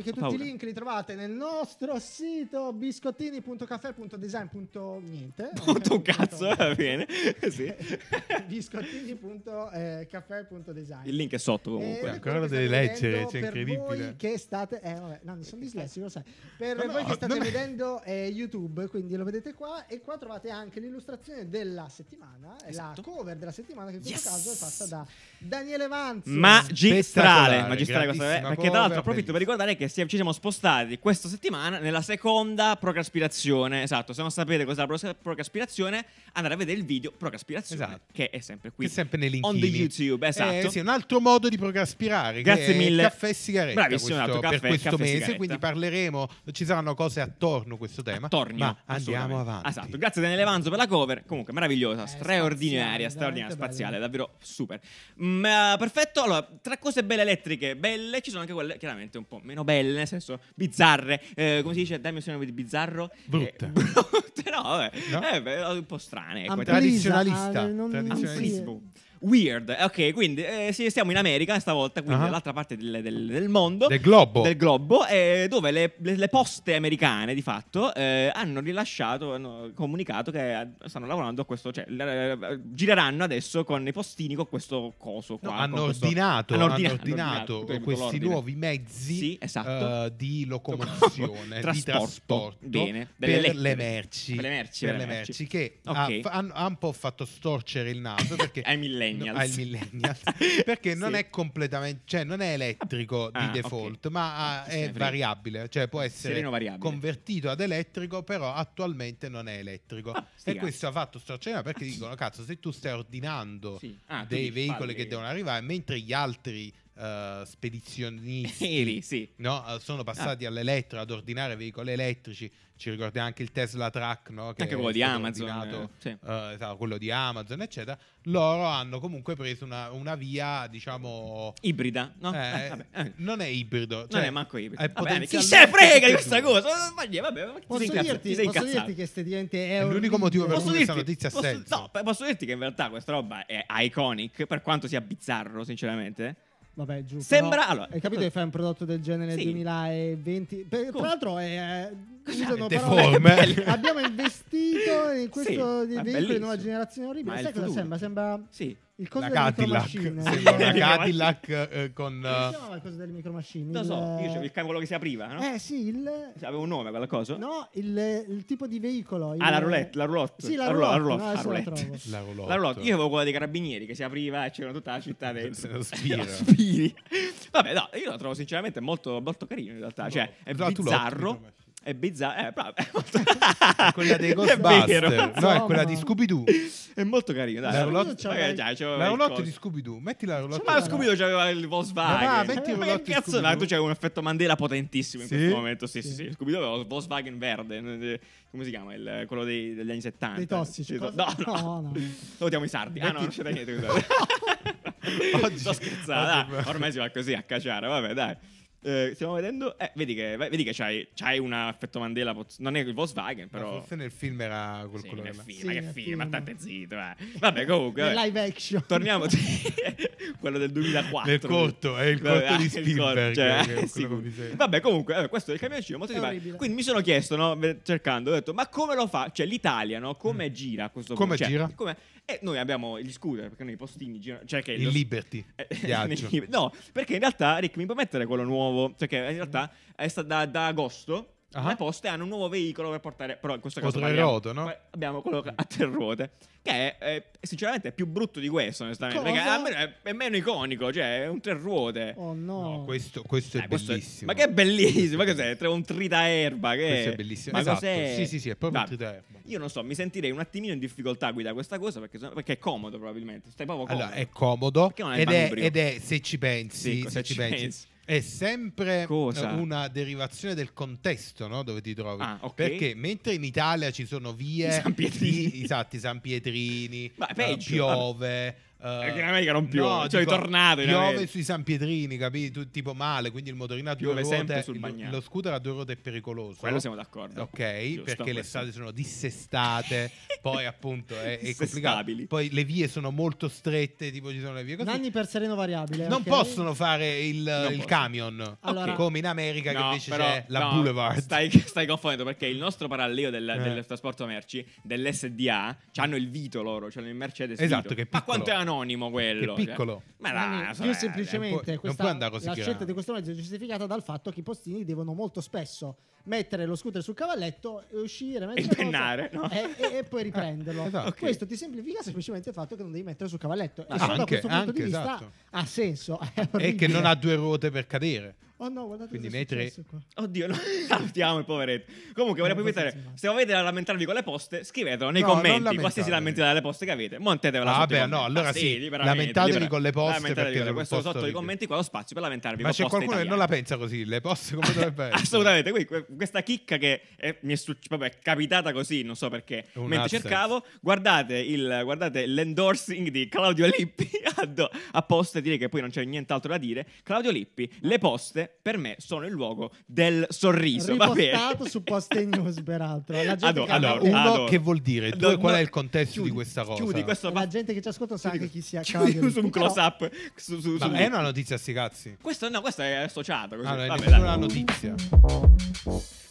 [SPEAKER 2] cosa?
[SPEAKER 4] che
[SPEAKER 2] Ho
[SPEAKER 4] tutti
[SPEAKER 2] paura.
[SPEAKER 4] i link li trovate nel nostro sito biscottini.caffè.design.niente.
[SPEAKER 2] Punto un cazzo, va bene. Sì.
[SPEAKER 4] eh, biscottini.caffè.design.
[SPEAKER 2] Il link è sotto
[SPEAKER 4] Eh,
[SPEAKER 2] comunque.
[SPEAKER 4] ed è quello
[SPEAKER 3] Ancora
[SPEAKER 4] che
[SPEAKER 3] devi
[SPEAKER 4] state
[SPEAKER 3] leggere,
[SPEAKER 4] vedendo
[SPEAKER 3] cioè,
[SPEAKER 4] per
[SPEAKER 3] incredibile.
[SPEAKER 4] voi che state eh vabbè no, sono dislessico lo sai per
[SPEAKER 3] No, no,
[SPEAKER 4] voi che state
[SPEAKER 3] non è-
[SPEAKER 4] vedendo eh, YouTube quindi lo vedete qua e qua trovate anche l'illustrazione della settimana e
[SPEAKER 2] Esatto.
[SPEAKER 4] la cover della settimana che in questo
[SPEAKER 2] Yes.
[SPEAKER 4] caso è fatta da Daniele Vanzi
[SPEAKER 2] Magistrale,
[SPEAKER 3] Spettacolare,
[SPEAKER 2] magistrale questa-
[SPEAKER 3] grandissima
[SPEAKER 2] perché tra l'altro
[SPEAKER 3] cover,
[SPEAKER 2] approfitto per
[SPEAKER 3] bellissima.
[SPEAKER 2] ricordare che si- ci siamo spostati questa settimana nella seconda procaspirazione. Esatto, se non sapete cos'è la pro- procaspirazione, andate a vedere il video procaspirazione
[SPEAKER 3] Esatto.
[SPEAKER 2] che è sempre qui.
[SPEAKER 3] Che è sempre nei
[SPEAKER 2] On the YouTube, esatto.
[SPEAKER 3] Eh, sì, un altro modo di procraspirare.
[SPEAKER 2] Grazie
[SPEAKER 3] che è
[SPEAKER 2] mille.
[SPEAKER 3] Caffè e sigaretta.
[SPEAKER 2] Bravissimo,
[SPEAKER 3] questo-
[SPEAKER 2] Renato,
[SPEAKER 3] per
[SPEAKER 2] caffè-
[SPEAKER 3] questo
[SPEAKER 2] caffè e
[SPEAKER 3] mese.
[SPEAKER 2] sigaretta.
[SPEAKER 3] Quindi parleremo. Ci saranno cose attorno a questo tema.
[SPEAKER 2] Attorno,
[SPEAKER 3] ma andiamo
[SPEAKER 2] assolutamente.
[SPEAKER 3] avanti.
[SPEAKER 2] Esatto, grazie Daniele Vanzo per la cover. Comunque, meravigliosa,
[SPEAKER 4] Eh,
[SPEAKER 2] straordinaria,
[SPEAKER 4] spaziale,
[SPEAKER 2] straordinaria,
[SPEAKER 4] veramente
[SPEAKER 2] spaziale,
[SPEAKER 4] bella.
[SPEAKER 2] davvero super. Ma, perfetto. Allora, tra cose belle elettriche, belle, ci sono anche quelle chiaramente un po' meno belle, nel senso bizzarre. Eh, come si dice? Dammi un sinonimo di bizzarro.
[SPEAKER 3] Brutte.
[SPEAKER 2] Eh, brutte, no, vabbè.
[SPEAKER 3] No?
[SPEAKER 2] Eh, beh, un po' strane. ecco.
[SPEAKER 4] Amplisa,
[SPEAKER 3] Tradizionalista,
[SPEAKER 4] ah, non-
[SPEAKER 3] tradizionalista.
[SPEAKER 4] sì.
[SPEAKER 2] Amplismo. Weird, Eh, ok, quindi eh, sì, siamo in America stavolta, quindi
[SPEAKER 3] Ah.
[SPEAKER 2] dall'altra parte del, del- del mondo
[SPEAKER 3] Del globo.
[SPEAKER 2] del globo eh, dove le, le- le poste americane di fatto eh, hanno rilasciato hanno comunicato che eh, stanno lavorando a questo cioè l- eh, gireranno adesso con i postini con questo coso
[SPEAKER 3] No,
[SPEAKER 2] qua
[SPEAKER 3] hanno,
[SPEAKER 2] con questo-
[SPEAKER 3] ordinato,
[SPEAKER 2] hanno
[SPEAKER 3] hanno
[SPEAKER 2] ordinato-
[SPEAKER 3] ordinato
[SPEAKER 2] hanno ordinato,
[SPEAKER 3] questi
[SPEAKER 2] l'ordine.
[SPEAKER 3] nuovi mezzi
[SPEAKER 2] Sì, esatto.
[SPEAKER 3] eh, di locomozione, di
[SPEAKER 2] Trasporto.
[SPEAKER 3] trasporto
[SPEAKER 2] Bene, delle
[SPEAKER 3] per,
[SPEAKER 2] lettere.
[SPEAKER 3] le merci,
[SPEAKER 2] Per le merci,
[SPEAKER 3] per
[SPEAKER 2] per
[SPEAKER 3] le
[SPEAKER 2] le merci.
[SPEAKER 3] merci, che
[SPEAKER 2] Ok.
[SPEAKER 3] ha- fa- hanno- ha, un po' fatto storcere il naso perché
[SPEAKER 2] Ai millennials.
[SPEAKER 3] no, ai millennials, perché non
[SPEAKER 2] Sì.
[SPEAKER 3] è completamente, cioè non è elettrico
[SPEAKER 2] Ah,
[SPEAKER 3] di
[SPEAKER 2] ok.
[SPEAKER 3] default,
[SPEAKER 2] Ah,
[SPEAKER 3] ma ha-
[SPEAKER 2] Chi se ne
[SPEAKER 3] è
[SPEAKER 2] frega.
[SPEAKER 3] variabile, cioè può essere
[SPEAKER 2] Sereno variabile.
[SPEAKER 3] convertito ad elettrico, però attualmente non è elettrico.
[SPEAKER 2] Ah, sti
[SPEAKER 3] e
[SPEAKER 2] cazzi.
[SPEAKER 3] questo ha fatto storcere il naso perché dicono cazzo, se tu stai ordinando
[SPEAKER 2] Sì. Ah, tu
[SPEAKER 3] dei
[SPEAKER 2] dici,
[SPEAKER 3] veicoli
[SPEAKER 2] parli-
[SPEAKER 3] che devono arrivare, mentre gli altri eh, spedizionisti
[SPEAKER 2] Ieri, sì.
[SPEAKER 3] no, eh,
[SPEAKER 2] Ah.
[SPEAKER 3] sono passati all'elettro ad ordinare veicoli elettrici. Ci ricordiamo anche il Tesla Truck, no, che
[SPEAKER 2] Anche
[SPEAKER 3] è
[SPEAKER 2] quello di
[SPEAKER 3] stato
[SPEAKER 2] Amazon,
[SPEAKER 3] ordinato,
[SPEAKER 2] eh, sì.
[SPEAKER 3] eh, esatto, quello di Amazon, eccetera. Loro hanno comunque preso una, una via, diciamo.
[SPEAKER 2] Ibrida, no?
[SPEAKER 3] eh,
[SPEAKER 2] Eh, vabbè, eh.
[SPEAKER 3] Non è ibrido,
[SPEAKER 2] non
[SPEAKER 3] cioè,
[SPEAKER 2] è manco ibrido.
[SPEAKER 3] è
[SPEAKER 2] Vabbè,
[SPEAKER 3] potenzialmente
[SPEAKER 2] chi se ne frega di questa
[SPEAKER 3] tutte e due.
[SPEAKER 2] cosa? Ma niente, vabbè, ma chi
[SPEAKER 4] Posso
[SPEAKER 2] si incazza?
[SPEAKER 4] dirti,
[SPEAKER 2] Chi si è
[SPEAKER 4] posso
[SPEAKER 2] incazzato?
[SPEAKER 4] dirti che studente è,
[SPEAKER 3] È l'unico
[SPEAKER 4] orribile?
[SPEAKER 3] motivo per
[SPEAKER 2] Posso
[SPEAKER 3] cui
[SPEAKER 2] dirti,
[SPEAKER 3] questa notizia ha
[SPEAKER 2] posso-
[SPEAKER 3] senso.
[SPEAKER 2] no, posso dirti che in realtà questa roba è iconic, per quanto sia bizzarro, sinceramente.
[SPEAKER 4] Vabbè, giù.
[SPEAKER 2] Sembra-
[SPEAKER 4] però
[SPEAKER 2] allora,
[SPEAKER 4] hai capito che fai un prodotto del genere nel
[SPEAKER 2] Sì.
[SPEAKER 4] 2020? Per-
[SPEAKER 2] Come?
[SPEAKER 4] tra l'altro, è. usano parole-
[SPEAKER 3] Deforme.
[SPEAKER 4] Abbiamo investito in questo
[SPEAKER 2] Sì,
[SPEAKER 4] di
[SPEAKER 2] è
[SPEAKER 4] veicolo di
[SPEAKER 2] bellissimo.
[SPEAKER 4] nuova generazione orribile.
[SPEAKER 2] Ma è
[SPEAKER 4] Sai
[SPEAKER 2] il
[SPEAKER 4] cosa sembra?
[SPEAKER 2] futuro.
[SPEAKER 4] Sembra
[SPEAKER 2] Sì.
[SPEAKER 4] il coso
[SPEAKER 3] Una
[SPEAKER 4] delle
[SPEAKER 3] Cadillac.
[SPEAKER 4] micromachine.
[SPEAKER 3] Sembra una
[SPEAKER 4] Come
[SPEAKER 3] Cadillac eh, con...
[SPEAKER 4] si
[SPEAKER 3] eh,
[SPEAKER 4] chiamava il coso delle micromachine?
[SPEAKER 2] Lo
[SPEAKER 4] Il-
[SPEAKER 2] so, io c'avevo il cavolo che si apriva, no? Esatto.
[SPEAKER 4] Eh sì, il.
[SPEAKER 2] Aveva un nome quella cosa?
[SPEAKER 4] No, il, il tipo di veicolo. il-
[SPEAKER 2] Ah, la roulette, la roulotte.
[SPEAKER 4] Sì, la
[SPEAKER 2] La roulotte,
[SPEAKER 4] roulette.
[SPEAKER 2] la
[SPEAKER 4] no,
[SPEAKER 2] roulette,
[SPEAKER 4] adesso
[SPEAKER 2] la
[SPEAKER 4] la
[SPEAKER 2] roulette.
[SPEAKER 4] trovo.
[SPEAKER 3] la roulotte.
[SPEAKER 2] La roulotte. Io avevo quella dei carabinieri che si apriva e c'era tutta la città dentro.
[SPEAKER 3] Esatto. Se lo spira.
[SPEAKER 2] Lo spiri. Vabbè, no, io la trovo sinceramente molto, molto carino in realtà. Cioè, è
[SPEAKER 3] No, tu lo-
[SPEAKER 2] bizzarro. È bizzarro. Eh, bravo.
[SPEAKER 3] È quella dei
[SPEAKER 2] È vero.
[SPEAKER 3] Ghostbusters. No, è
[SPEAKER 4] Insomma.
[SPEAKER 3] quella di Scooby-Doo.
[SPEAKER 2] È molto carino. Dai,
[SPEAKER 3] La roulotte-
[SPEAKER 2] Magari, dai, c'ho
[SPEAKER 3] La
[SPEAKER 2] il
[SPEAKER 3] roulotte
[SPEAKER 2] coso.
[SPEAKER 3] di Scooby-Doo. Metti la roulotte.
[SPEAKER 2] ma Scooby-Doo c'aveva il Volkswagen.
[SPEAKER 3] Ma va, metti il
[SPEAKER 2] ma che
[SPEAKER 3] roulotte
[SPEAKER 2] cazzo?
[SPEAKER 3] Scooby-Doo.
[SPEAKER 2] no, tu c'avevi un effetto Mandela potentissimo in
[SPEAKER 3] Sì?
[SPEAKER 2] questo momento. Sì, sì,
[SPEAKER 4] Sì.
[SPEAKER 2] sì. Scooby-Doo aveva il Volkswagen verde. eh, Come si chiama? Il- quello dei- degli anni 70.
[SPEAKER 4] Dei tossici,
[SPEAKER 2] Sì, to-
[SPEAKER 4] cosa-
[SPEAKER 2] no,
[SPEAKER 4] no,
[SPEAKER 2] no.
[SPEAKER 4] no.
[SPEAKER 2] Lo votiamo i sardi. Ah, no, non c'è da niente. scusate.
[SPEAKER 3] Oggi-
[SPEAKER 2] Sto scherzando.
[SPEAKER 3] oggi-
[SPEAKER 2] dai. Ormai si va così a cacciare. Vabbè, dai. Eh, stiamo vedendo. Eh, vedi che, vedi che c'hai, c'hai un effetto Mandela. pot- non è il Volkswagen,
[SPEAKER 3] Però...
[SPEAKER 2] però.
[SPEAKER 3] Forse nel film era quel
[SPEAKER 2] Sì,
[SPEAKER 3] colore
[SPEAKER 2] che
[SPEAKER 3] là.
[SPEAKER 2] film,
[SPEAKER 4] Sì,
[SPEAKER 2] che
[SPEAKER 4] nel
[SPEAKER 2] film, ma
[SPEAKER 4] film.
[SPEAKER 2] state zitto. eh. Vabbè, comunque.
[SPEAKER 4] Nel
[SPEAKER 2] vabbè.
[SPEAKER 4] live action.
[SPEAKER 2] Torniamo quello del 2004.
[SPEAKER 3] Del corto, è il
[SPEAKER 2] Vabbè,
[SPEAKER 3] corto di
[SPEAKER 2] il cioè,
[SPEAKER 3] Spielberg, che è quello
[SPEAKER 2] sì.
[SPEAKER 3] che mi dicevi.
[SPEAKER 2] Vabbè, comunque, eh, questo è il camioncino molto
[SPEAKER 4] È
[SPEAKER 2] simpatico.
[SPEAKER 4] orribile.
[SPEAKER 2] Quindi mi sono chiesto, no, ve- cercando, ho detto, ma come lo fa? Cioè, l'Italia, no? Come gira questo
[SPEAKER 3] Mm. Come
[SPEAKER 2] Cioè,
[SPEAKER 3] gira?
[SPEAKER 2] come- E noi abbiamo gli scooter, perché noi i postini girano, cioè che
[SPEAKER 3] Il
[SPEAKER 2] lo-
[SPEAKER 3] Liberty.
[SPEAKER 2] eh,
[SPEAKER 3] Viaggio.
[SPEAKER 2] nei- No, perché in realtà, Rick, mi puoi mettere quello nuovo? Cioè, che in realtà è sta- da, da agosto.
[SPEAKER 3] Ah.
[SPEAKER 2] Le poste hanno un nuovo veicolo per portare, però in questo
[SPEAKER 3] O
[SPEAKER 2] caso
[SPEAKER 3] tre
[SPEAKER 2] parliamo-
[SPEAKER 3] ruote, no?
[SPEAKER 2] pa- abbiamo quello a tre ruote, che è, eh, sinceramente è più brutto di questo, onestamente,
[SPEAKER 4] Cosa?
[SPEAKER 2] perché almeno è, è meno iconico, cioè è un tre ruote.
[SPEAKER 4] Oh no.
[SPEAKER 3] No, questo, questo è
[SPEAKER 2] Eh, questo è-
[SPEAKER 3] bellissimo.
[SPEAKER 2] ma che è bellissimo, ma cos'è? Tre- Un tritaerba che
[SPEAKER 3] Questo è bellissimo.
[SPEAKER 2] Ma
[SPEAKER 3] Esatto.
[SPEAKER 2] cos'è?
[SPEAKER 3] Sì, sì, sì, è proprio un
[SPEAKER 2] Vabbè,
[SPEAKER 3] tritaerba.
[SPEAKER 2] Io non so, mi sentirei un attimino in difficoltà a guidare questa cosa perché, sono- perché è comodo probabilmente. Stai proprio comodo.
[SPEAKER 3] Allora, è comodo
[SPEAKER 2] Perché non è
[SPEAKER 3] ed è,
[SPEAKER 2] manubrio?
[SPEAKER 3] ed è, se ci pensi,
[SPEAKER 2] Sì, co-
[SPEAKER 3] se ci pensi,
[SPEAKER 2] pensi.
[SPEAKER 3] è sempre
[SPEAKER 2] Cosa?
[SPEAKER 3] eh, una derivazione del contesto no? dove ti trovi.
[SPEAKER 2] Ah, ok.
[SPEAKER 3] Perché mentre in Italia ci sono vie,
[SPEAKER 2] I San Pietrini.
[SPEAKER 3] di- esatto, i San Pietrini,
[SPEAKER 2] Ma è
[SPEAKER 3] eh,
[SPEAKER 2] peggio,
[SPEAKER 3] piove. eh,
[SPEAKER 2] Perché in America non piove, cioè i
[SPEAKER 3] dico,
[SPEAKER 2] tornado in
[SPEAKER 3] piove
[SPEAKER 2] America.
[SPEAKER 3] sui San Pietrini, capito? Tu- Tipo male, quindi il motorino a due
[SPEAKER 2] Piove
[SPEAKER 3] ruote,
[SPEAKER 2] sempre sul
[SPEAKER 3] il-
[SPEAKER 2] bagnato.
[SPEAKER 3] lo scooter a due ruote è pericoloso.
[SPEAKER 2] Quello siamo d'accordo.
[SPEAKER 3] Ok,
[SPEAKER 2] Giusto,
[SPEAKER 3] perché le
[SPEAKER 2] questo.
[SPEAKER 3] strade sono dissestate, poi appunto è, è complicato.
[SPEAKER 2] Dissestabili.
[SPEAKER 3] Poi le vie sono molto strette, tipo ci sono le vie così.
[SPEAKER 4] Nanni per sereno variabile.
[SPEAKER 3] non
[SPEAKER 4] ok?
[SPEAKER 3] possono fare il, il
[SPEAKER 2] possono.
[SPEAKER 3] camion,
[SPEAKER 4] Allora-
[SPEAKER 3] come in America che
[SPEAKER 2] No,
[SPEAKER 3] invece
[SPEAKER 2] però-
[SPEAKER 3] c'è la
[SPEAKER 2] no,
[SPEAKER 3] boulevard.
[SPEAKER 2] Stai, stai confondendo perché il nostro parallelo del,
[SPEAKER 3] Eh.
[SPEAKER 2] del trasporto merci, dell'SDA, hanno il Vito loro, cioè il Mercedes.
[SPEAKER 3] Esatto,
[SPEAKER 2] Vito.
[SPEAKER 3] che è
[SPEAKER 2] Ma
[SPEAKER 3] piccolo.
[SPEAKER 2] quanto è anonimo quello?
[SPEAKER 3] Che piccolo.
[SPEAKER 2] Cioè, ma
[SPEAKER 4] Nanni,
[SPEAKER 2] dai,
[SPEAKER 4] più
[SPEAKER 2] sorella.
[SPEAKER 3] non
[SPEAKER 4] semplicemente
[SPEAKER 3] puoi- non
[SPEAKER 4] questa-
[SPEAKER 3] puoi andare così
[SPEAKER 4] la
[SPEAKER 3] grande.
[SPEAKER 4] scelta di questo mezzo è giustificata dal fatto che i postini devono molto spesso mettere lo scooter sul cavalletto e uscire mettere
[SPEAKER 2] E
[SPEAKER 4] la cosa,
[SPEAKER 2] pennare, no?
[SPEAKER 4] e, e- e poi riprenderlo
[SPEAKER 3] Eh, esatto.
[SPEAKER 2] Ok.
[SPEAKER 4] questo ti semplifica semplicemente il fatto che non devi mettere sul cavalletto
[SPEAKER 3] Ah,
[SPEAKER 4] e solo da
[SPEAKER 3] anche-
[SPEAKER 4] questo punto
[SPEAKER 3] anche,
[SPEAKER 4] di vista
[SPEAKER 3] esatto.
[SPEAKER 4] ha senso è
[SPEAKER 3] E
[SPEAKER 4] orribile.
[SPEAKER 3] che non ha due ruote per cadere.
[SPEAKER 4] oh no guardate
[SPEAKER 3] Quindi
[SPEAKER 4] cosa
[SPEAKER 3] nei
[SPEAKER 4] è
[SPEAKER 3] tre-
[SPEAKER 4] successo qua.
[SPEAKER 2] Oddio, no, salutiamo il poveretto. Comunque, volevo
[SPEAKER 4] Non posso
[SPEAKER 2] invitare,
[SPEAKER 4] insinuare.
[SPEAKER 2] se volete lamentarvi con le poste, scrivetelo nei
[SPEAKER 3] No, non
[SPEAKER 2] commenti,
[SPEAKER 3] lamentatevi.
[SPEAKER 2] qualsiasi lamentela delle poste che avete, montetevela
[SPEAKER 3] Ah,
[SPEAKER 2] sotto i
[SPEAKER 3] vabbè,
[SPEAKER 2] commenti.
[SPEAKER 3] no, allora
[SPEAKER 2] Ah,
[SPEAKER 3] sì,
[SPEAKER 2] liberamente,
[SPEAKER 3] lamentatevi
[SPEAKER 2] libera-
[SPEAKER 3] con le poste,
[SPEAKER 2] Lamentatevi
[SPEAKER 3] perché
[SPEAKER 2] con questo
[SPEAKER 3] posto
[SPEAKER 2] sotto i
[SPEAKER 3] ride.
[SPEAKER 2] commenti qua lo spazio per lamentarvi
[SPEAKER 3] Ma
[SPEAKER 2] con
[SPEAKER 3] c'è
[SPEAKER 2] poste
[SPEAKER 3] qualcuno che non
[SPEAKER 2] italiane.
[SPEAKER 3] la pensa così, le poste come dovrebbe essere.
[SPEAKER 2] Assolutamente, quindi que- questa chicca che eh, mi è, succe- proprio è capitata così, non so perché,
[SPEAKER 3] È un
[SPEAKER 2] mentre
[SPEAKER 3] AdSense.
[SPEAKER 2] cercavo, guardate, il, guardate l'endorsing di Claudio Lippi a, do- a poste, direi che poi non c'è nient'altro da dire. Claudio Lippi, le poste per me sono il luogo del sorriso. va bene.
[SPEAKER 4] ripostato su Poste News peraltro la gente,
[SPEAKER 2] Adoro,
[SPEAKER 4] che,
[SPEAKER 2] adoro,
[SPEAKER 3] Uno,
[SPEAKER 2] adoro.
[SPEAKER 3] che vuol dire? Due,
[SPEAKER 2] No,
[SPEAKER 3] qual
[SPEAKER 2] no,
[SPEAKER 3] è il contesto di
[SPEAKER 2] chiudi,
[SPEAKER 3] questa cosa?
[SPEAKER 2] Chiudi, questo
[SPEAKER 4] la
[SPEAKER 2] fa-
[SPEAKER 4] gente che ci ascolta sa anche chi sia
[SPEAKER 2] chiudi
[SPEAKER 4] Claudio
[SPEAKER 2] su un
[SPEAKER 4] Però-
[SPEAKER 2] close up. Su, su-
[SPEAKER 3] Ma
[SPEAKER 2] su-
[SPEAKER 3] è una notizia, sti cazzi.
[SPEAKER 2] Questo no, questo è associato. Così.
[SPEAKER 3] Ah, non è
[SPEAKER 2] Vabbè,
[SPEAKER 3] nessuna
[SPEAKER 2] dai.
[SPEAKER 3] notizia.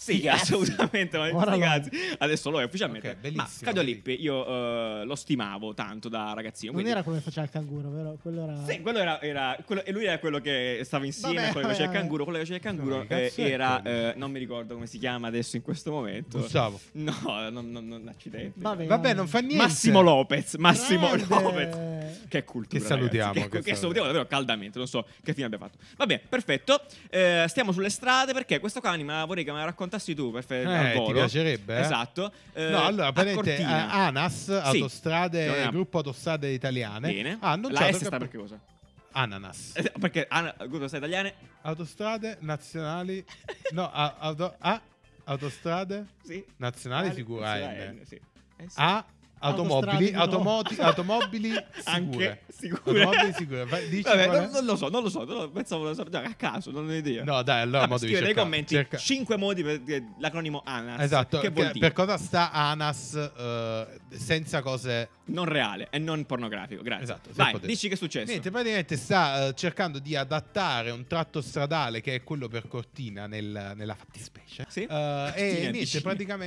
[SPEAKER 2] Sì, assolutamente. Ma
[SPEAKER 4] Ora
[SPEAKER 2] sti
[SPEAKER 4] no.
[SPEAKER 2] cazzi. Adesso lo è ufficialmente.
[SPEAKER 3] Ok, bellissimo,
[SPEAKER 2] ma Claudio
[SPEAKER 3] bellissimo.
[SPEAKER 2] Lippi, io eh, lo stimavo tanto da ragazzino.
[SPEAKER 4] non
[SPEAKER 2] quindi-
[SPEAKER 4] era come faceva il canguro vero? quello era
[SPEAKER 2] Sì, quello era, era- quello- e lui era quello che stava insieme
[SPEAKER 4] Vabbè,
[SPEAKER 2] a quello che faceva il
[SPEAKER 4] vabbè.
[SPEAKER 2] canguro. Quello che faceva il canguro
[SPEAKER 3] No, che
[SPEAKER 2] eh,
[SPEAKER 3] cazzo è
[SPEAKER 2] era,
[SPEAKER 3] quello?
[SPEAKER 2] eh, non mi ricordo come si chiama adesso in questo momento.
[SPEAKER 3] Gustavo.
[SPEAKER 2] No, non, non, non accidenti.
[SPEAKER 4] Vabbè,
[SPEAKER 3] Vabbè, non fa niente.
[SPEAKER 2] Massimo Lopez, Massimo
[SPEAKER 4] Grande.
[SPEAKER 2] Lopez. Che cultura.
[SPEAKER 3] Che salutiamo,
[SPEAKER 2] ragazzi.
[SPEAKER 3] che
[SPEAKER 2] Che, che
[SPEAKER 3] salutiamo.
[SPEAKER 2] salutiamo davvero caldamente. Non so che fine abbia fatto. Va bene, perfetto. Eh, stiamo sulle strade perché questo qua anima vorrei che me la raccontassi tu. Perfetto.
[SPEAKER 3] Eh,
[SPEAKER 2] al
[SPEAKER 3] ti
[SPEAKER 2] volo.
[SPEAKER 3] piacerebbe, eh?
[SPEAKER 2] Esatto. Eh,
[SPEAKER 3] No, allora,
[SPEAKER 2] a
[SPEAKER 3] apparentemente eh,
[SPEAKER 2] Cortina.
[SPEAKER 3] ANAS,
[SPEAKER 2] Sì.
[SPEAKER 3] Autostrade,
[SPEAKER 2] Non è una-
[SPEAKER 3] Gruppo Ah, Autostrade Italiane,
[SPEAKER 2] Bene.
[SPEAKER 3] ha
[SPEAKER 2] La
[SPEAKER 3] annunciato
[SPEAKER 2] S sta
[SPEAKER 3] che-
[SPEAKER 2] per che cosa?
[SPEAKER 3] Ananas.
[SPEAKER 2] Eh, Perché ah, Google sta italiane
[SPEAKER 3] Autostrade nazionali... No, a- auto- A, autostrade
[SPEAKER 2] Sì.
[SPEAKER 3] nazionali
[SPEAKER 2] Vale-
[SPEAKER 3] sicura
[SPEAKER 2] sicura
[SPEAKER 3] N.
[SPEAKER 2] N, sì. Eh, sì.
[SPEAKER 3] A, automobili,
[SPEAKER 4] Autostrade di nuovo.
[SPEAKER 3] automoti- automobili sicure.
[SPEAKER 2] Anche sicure.
[SPEAKER 3] Automobili sicure. Vai, dici
[SPEAKER 2] Vabbè,
[SPEAKER 3] qual è?
[SPEAKER 2] non, non lo so, non lo so, non lo- pensavo lo so, a caso, non ho idea.
[SPEAKER 3] No, dai, allora
[SPEAKER 2] Vabbè,
[SPEAKER 3] mo devi
[SPEAKER 2] scrivete Ah, nei
[SPEAKER 3] cercare,
[SPEAKER 2] commenti
[SPEAKER 3] cerca-
[SPEAKER 2] 5 modi per eh, l'acronimo ANAS.
[SPEAKER 3] Esatto,
[SPEAKER 2] Che
[SPEAKER 3] che-
[SPEAKER 2] vuol dire?
[SPEAKER 3] per cosa sta ANAS eh, senza cose
[SPEAKER 2] non reale e non pornografico. Grazie.
[SPEAKER 3] Esatto, se
[SPEAKER 2] Vai,
[SPEAKER 3] potete.
[SPEAKER 2] dici che è successo.
[SPEAKER 3] Niente, praticamente sta eh, cercando di adattare un tratto stradale che è quello per Cortina nel- nella fattispecie.
[SPEAKER 2] Sì.
[SPEAKER 3] Eh,
[SPEAKER 2] Cortina,
[SPEAKER 3] e
[SPEAKER 2] dici.
[SPEAKER 3] niente,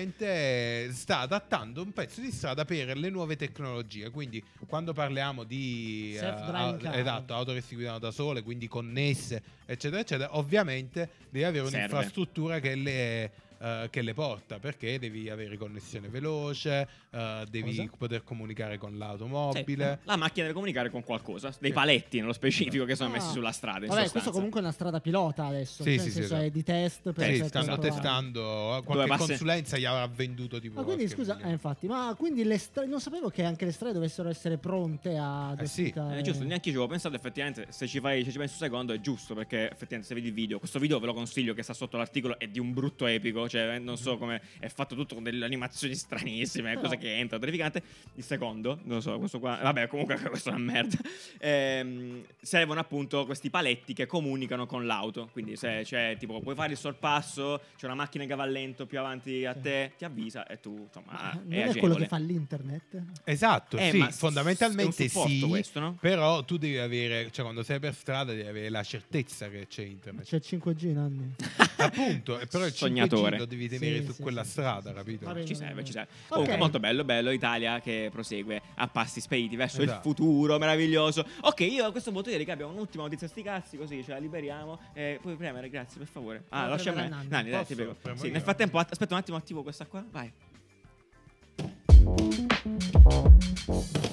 [SPEAKER 3] praticamente eh, sta adattando un pezzo di strada per le nuove tecnologie. Quindi, quando parliamo di eh,
[SPEAKER 4] Self-driving
[SPEAKER 3] au-
[SPEAKER 4] car.
[SPEAKER 3] esatto, auto che si guidano da sole, quindi connesse, eccetera, eccetera, ovviamente devi avere
[SPEAKER 2] Serve.
[SPEAKER 3] un'infrastruttura che le. eh, che le porta perché devi avere connessione veloce, eh, devi
[SPEAKER 4] Cosa?
[SPEAKER 3] poter comunicare con
[SPEAKER 2] Sì,
[SPEAKER 3] l'automobile.
[SPEAKER 2] La macchina deve comunicare con qualcosa, dei paletti nello specifico che sono
[SPEAKER 4] Ah.
[SPEAKER 2] messi sulla strada. In
[SPEAKER 4] Vabbè,
[SPEAKER 2] sostanza.
[SPEAKER 4] questo comunque è una strada pilota adesso.
[SPEAKER 3] Sì, sì,
[SPEAKER 4] cioè, nel
[SPEAKER 3] sì,
[SPEAKER 4] senso
[SPEAKER 3] esatto.
[SPEAKER 4] è di test per
[SPEAKER 3] Sì,
[SPEAKER 4] cercare
[SPEAKER 3] stanno
[SPEAKER 4] di provare.
[SPEAKER 3] testando. eh, Qualche
[SPEAKER 2] passe-
[SPEAKER 3] consulenza gli avrà venduto tipo.
[SPEAKER 4] Ma quindi
[SPEAKER 3] qualche
[SPEAKER 4] scusa, eh,
[SPEAKER 3] milione.
[SPEAKER 4] infatti, ma quindi le strade. Non sapevo che anche le strade dovessero essere pronte a.
[SPEAKER 3] Eh sì,
[SPEAKER 2] Eh, giusto, neanche io ci avevo pensato effettivamente se ci fai se ci pensi un secondo è giusto perché effettivamente se vedi il video, questo video ve lo consiglio che sta sotto l'articolo è di un brutto epico, cioè eh, non so come è fatto tutto con delle animazioni stranissime,
[SPEAKER 4] Mm-hmm. Però-
[SPEAKER 2] cose che entra terrificante. Il secondo, non lo so, questo qua, vabbè, comunque questo è una merda. Ehm, servono appunto questi paletti che comunicano con l'auto, quindi se c'è tipo puoi fare il sorpasso, c'è una macchina che va lento più avanti a
[SPEAKER 4] Sì.
[SPEAKER 2] te, ti avvisa e tu, insomma,
[SPEAKER 4] Ma Ah, non
[SPEAKER 2] ah, è
[SPEAKER 4] è
[SPEAKER 2] agevole.
[SPEAKER 4] quello che fa l'internet?
[SPEAKER 3] Esatto,
[SPEAKER 2] Eh,
[SPEAKER 3] sì,
[SPEAKER 2] ma s- è
[SPEAKER 3] fondamentalmente
[SPEAKER 2] un supporto
[SPEAKER 3] sì.
[SPEAKER 2] questo, no?
[SPEAKER 3] Però tu devi avere, cioè quando sei per strada devi avere la certezza che c'è internet.
[SPEAKER 4] C'è 5G, Nanni.
[SPEAKER 3] Appunto, e però il 5G
[SPEAKER 2] Sognatore.
[SPEAKER 3] lo devi tenere
[SPEAKER 4] Sì,
[SPEAKER 3] su
[SPEAKER 4] sì,
[SPEAKER 3] quella
[SPEAKER 4] sì,
[SPEAKER 3] strada,
[SPEAKER 4] sì, sì.
[SPEAKER 3] capito?
[SPEAKER 4] Va bene.
[SPEAKER 2] Ci serve, ci serve.
[SPEAKER 4] Ok.
[SPEAKER 2] Comunque, molto bello, bello. Italia che prosegue a passi spediti verso il
[SPEAKER 3] Esatto.
[SPEAKER 2] futuro, meraviglioso. Ok, io a questo punto direi che abbiamo un'ultima notizia sti cazzi, così ce la liberiamo. Eh, puoi premere, grazie, per favore. Ah,
[SPEAKER 4] No,
[SPEAKER 2] lascia a me.
[SPEAKER 4] premerà
[SPEAKER 2] Nanni,
[SPEAKER 4] Nanni.
[SPEAKER 2] dai,
[SPEAKER 3] Posso?
[SPEAKER 2] ti prego.
[SPEAKER 3] Premo
[SPEAKER 2] Sì,
[SPEAKER 3] io.
[SPEAKER 2] nel frattempo, att- aspetta un attimo, attivo questa qua. Vai.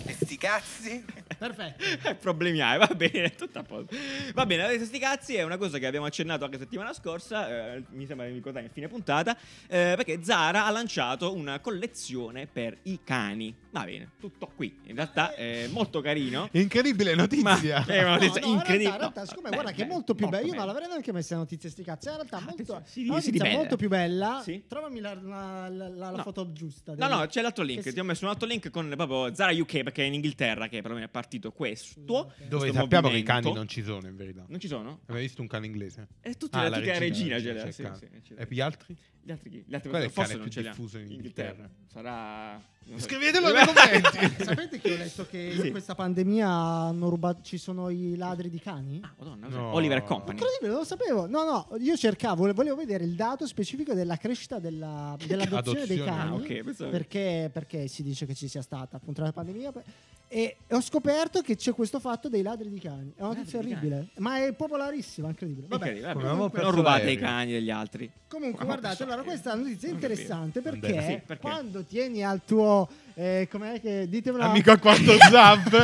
[SPEAKER 5] E sti cazzi?
[SPEAKER 4] Perfetto.
[SPEAKER 2] Problemi hai, va bene, tutto a posto. Va bene, la notizia sti cazzi è una cosa che abbiamo accennato anche settimana scorsa, eh, mi sembra di ricordare in fine puntata, eh, perché Zara ha lanciato una collezione per i cani. Va bene, tutto qui. In realtà è molto carino.
[SPEAKER 3] Incredibile
[SPEAKER 2] Ma
[SPEAKER 3] notizia.
[SPEAKER 2] è una
[SPEAKER 4] No,
[SPEAKER 2] notizia
[SPEAKER 4] no, in realtà-
[SPEAKER 2] incredibile.
[SPEAKER 4] In realtà,
[SPEAKER 2] No,
[SPEAKER 4] siccome
[SPEAKER 2] beh,
[SPEAKER 4] guarda che è
[SPEAKER 2] beh,
[SPEAKER 4] molto più bella. Io non
[SPEAKER 2] bello.
[SPEAKER 4] l'avrei neanche messa notizie sti cazzi. In realtà,
[SPEAKER 2] Ah,
[SPEAKER 4] molto,
[SPEAKER 2] attenzione, si-
[SPEAKER 4] la
[SPEAKER 2] si
[SPEAKER 4] notizia
[SPEAKER 2] ribella.
[SPEAKER 4] molto più bella.
[SPEAKER 2] Sì.
[SPEAKER 4] Trovami la, la- la- la
[SPEAKER 2] No.
[SPEAKER 4] foto giusta.
[SPEAKER 2] No,
[SPEAKER 4] devi-
[SPEAKER 2] no, c'è l'altro
[SPEAKER 4] che
[SPEAKER 2] link.
[SPEAKER 4] si-
[SPEAKER 2] Ti ho messo un altro link con proprio Zara UK perché è in Inghilterra che perlomeno è partito questo.
[SPEAKER 4] Dove
[SPEAKER 3] Dove
[SPEAKER 2] questo
[SPEAKER 3] sappiamo che i
[SPEAKER 2] movimento.
[SPEAKER 3] cani non ci sono, in verità.
[SPEAKER 2] Non ci sono?
[SPEAKER 3] Avevi visto un cane inglese?
[SPEAKER 2] E tutti
[SPEAKER 3] Ah,
[SPEAKER 2] la, tutta la regina,
[SPEAKER 3] la
[SPEAKER 2] c'è
[SPEAKER 3] c'è il
[SPEAKER 2] là, sì,
[SPEAKER 3] cane.
[SPEAKER 2] sì, c'è
[SPEAKER 3] E gli altri?
[SPEAKER 2] Gli altri chi? Gli altri
[SPEAKER 3] Qual è il
[SPEAKER 2] forse
[SPEAKER 3] cane
[SPEAKER 2] non
[SPEAKER 3] più
[SPEAKER 2] ce li ha.
[SPEAKER 3] diffuso in Inghilterra?
[SPEAKER 2] Sarà non so.
[SPEAKER 3] Scrivetelo nei commenti.
[SPEAKER 4] Sapete che ho letto che
[SPEAKER 2] Sì.
[SPEAKER 4] in questa pandemia hanno rubato, ci sono i ladri di cani?
[SPEAKER 2] Ah, Madonna,
[SPEAKER 3] No.
[SPEAKER 2] Oliver Company.
[SPEAKER 4] Incredibile, non lo sapevo. No, no, io cercavo, vole- volevo vedere il dato specifico della crescita della- dell'adozione dei
[SPEAKER 3] Adozione.
[SPEAKER 4] cani.
[SPEAKER 2] Ah, ok, pensavo-
[SPEAKER 4] perché, perché si dice che ci sia stata appunto la pandemia. per- E ho scoperto che c'è questo fatto dei ladri di cani. È una
[SPEAKER 2] Ladri
[SPEAKER 4] notizia
[SPEAKER 2] di cani.
[SPEAKER 4] orribile, ma è popolarissima, incredibile. Vabbè,
[SPEAKER 2] Incredibile, vabbè.
[SPEAKER 3] Come avevamo
[SPEAKER 2] non
[SPEAKER 3] perso
[SPEAKER 2] rubate i
[SPEAKER 3] l'aereo.
[SPEAKER 2] cani degli altri.
[SPEAKER 4] Comunque,
[SPEAKER 2] Ma
[SPEAKER 4] guardate,
[SPEAKER 2] posso-
[SPEAKER 4] allora questa è una notizia
[SPEAKER 2] Ah, eh, Non capire.
[SPEAKER 4] interessante perché,
[SPEAKER 3] Andrea.
[SPEAKER 2] Sì, perché?
[SPEAKER 4] quando tieni al tuo. Eh, com'è che. Ditemelo.
[SPEAKER 3] Amico a quattro zampe.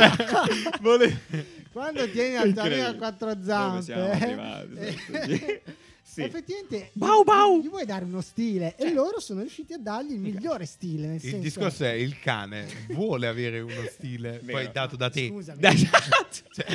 [SPEAKER 3] Vole-
[SPEAKER 4] Quando tieni al tuo amico a
[SPEAKER 2] Incredibile.
[SPEAKER 4] quattro
[SPEAKER 2] Dove siamo
[SPEAKER 4] zampe.
[SPEAKER 2] arrivati?
[SPEAKER 4] eh,
[SPEAKER 2] Sì.
[SPEAKER 4] Effettivamente
[SPEAKER 2] Bau, bau.
[SPEAKER 4] gli vuoi dare uno stile e loro sono riusciti a dargli il migliore stile. Nel senso,
[SPEAKER 3] Il discorso è il cane vuole avere uno stile
[SPEAKER 2] Vero.
[SPEAKER 3] poi dato da te.
[SPEAKER 4] Scusami.
[SPEAKER 3] Cioè,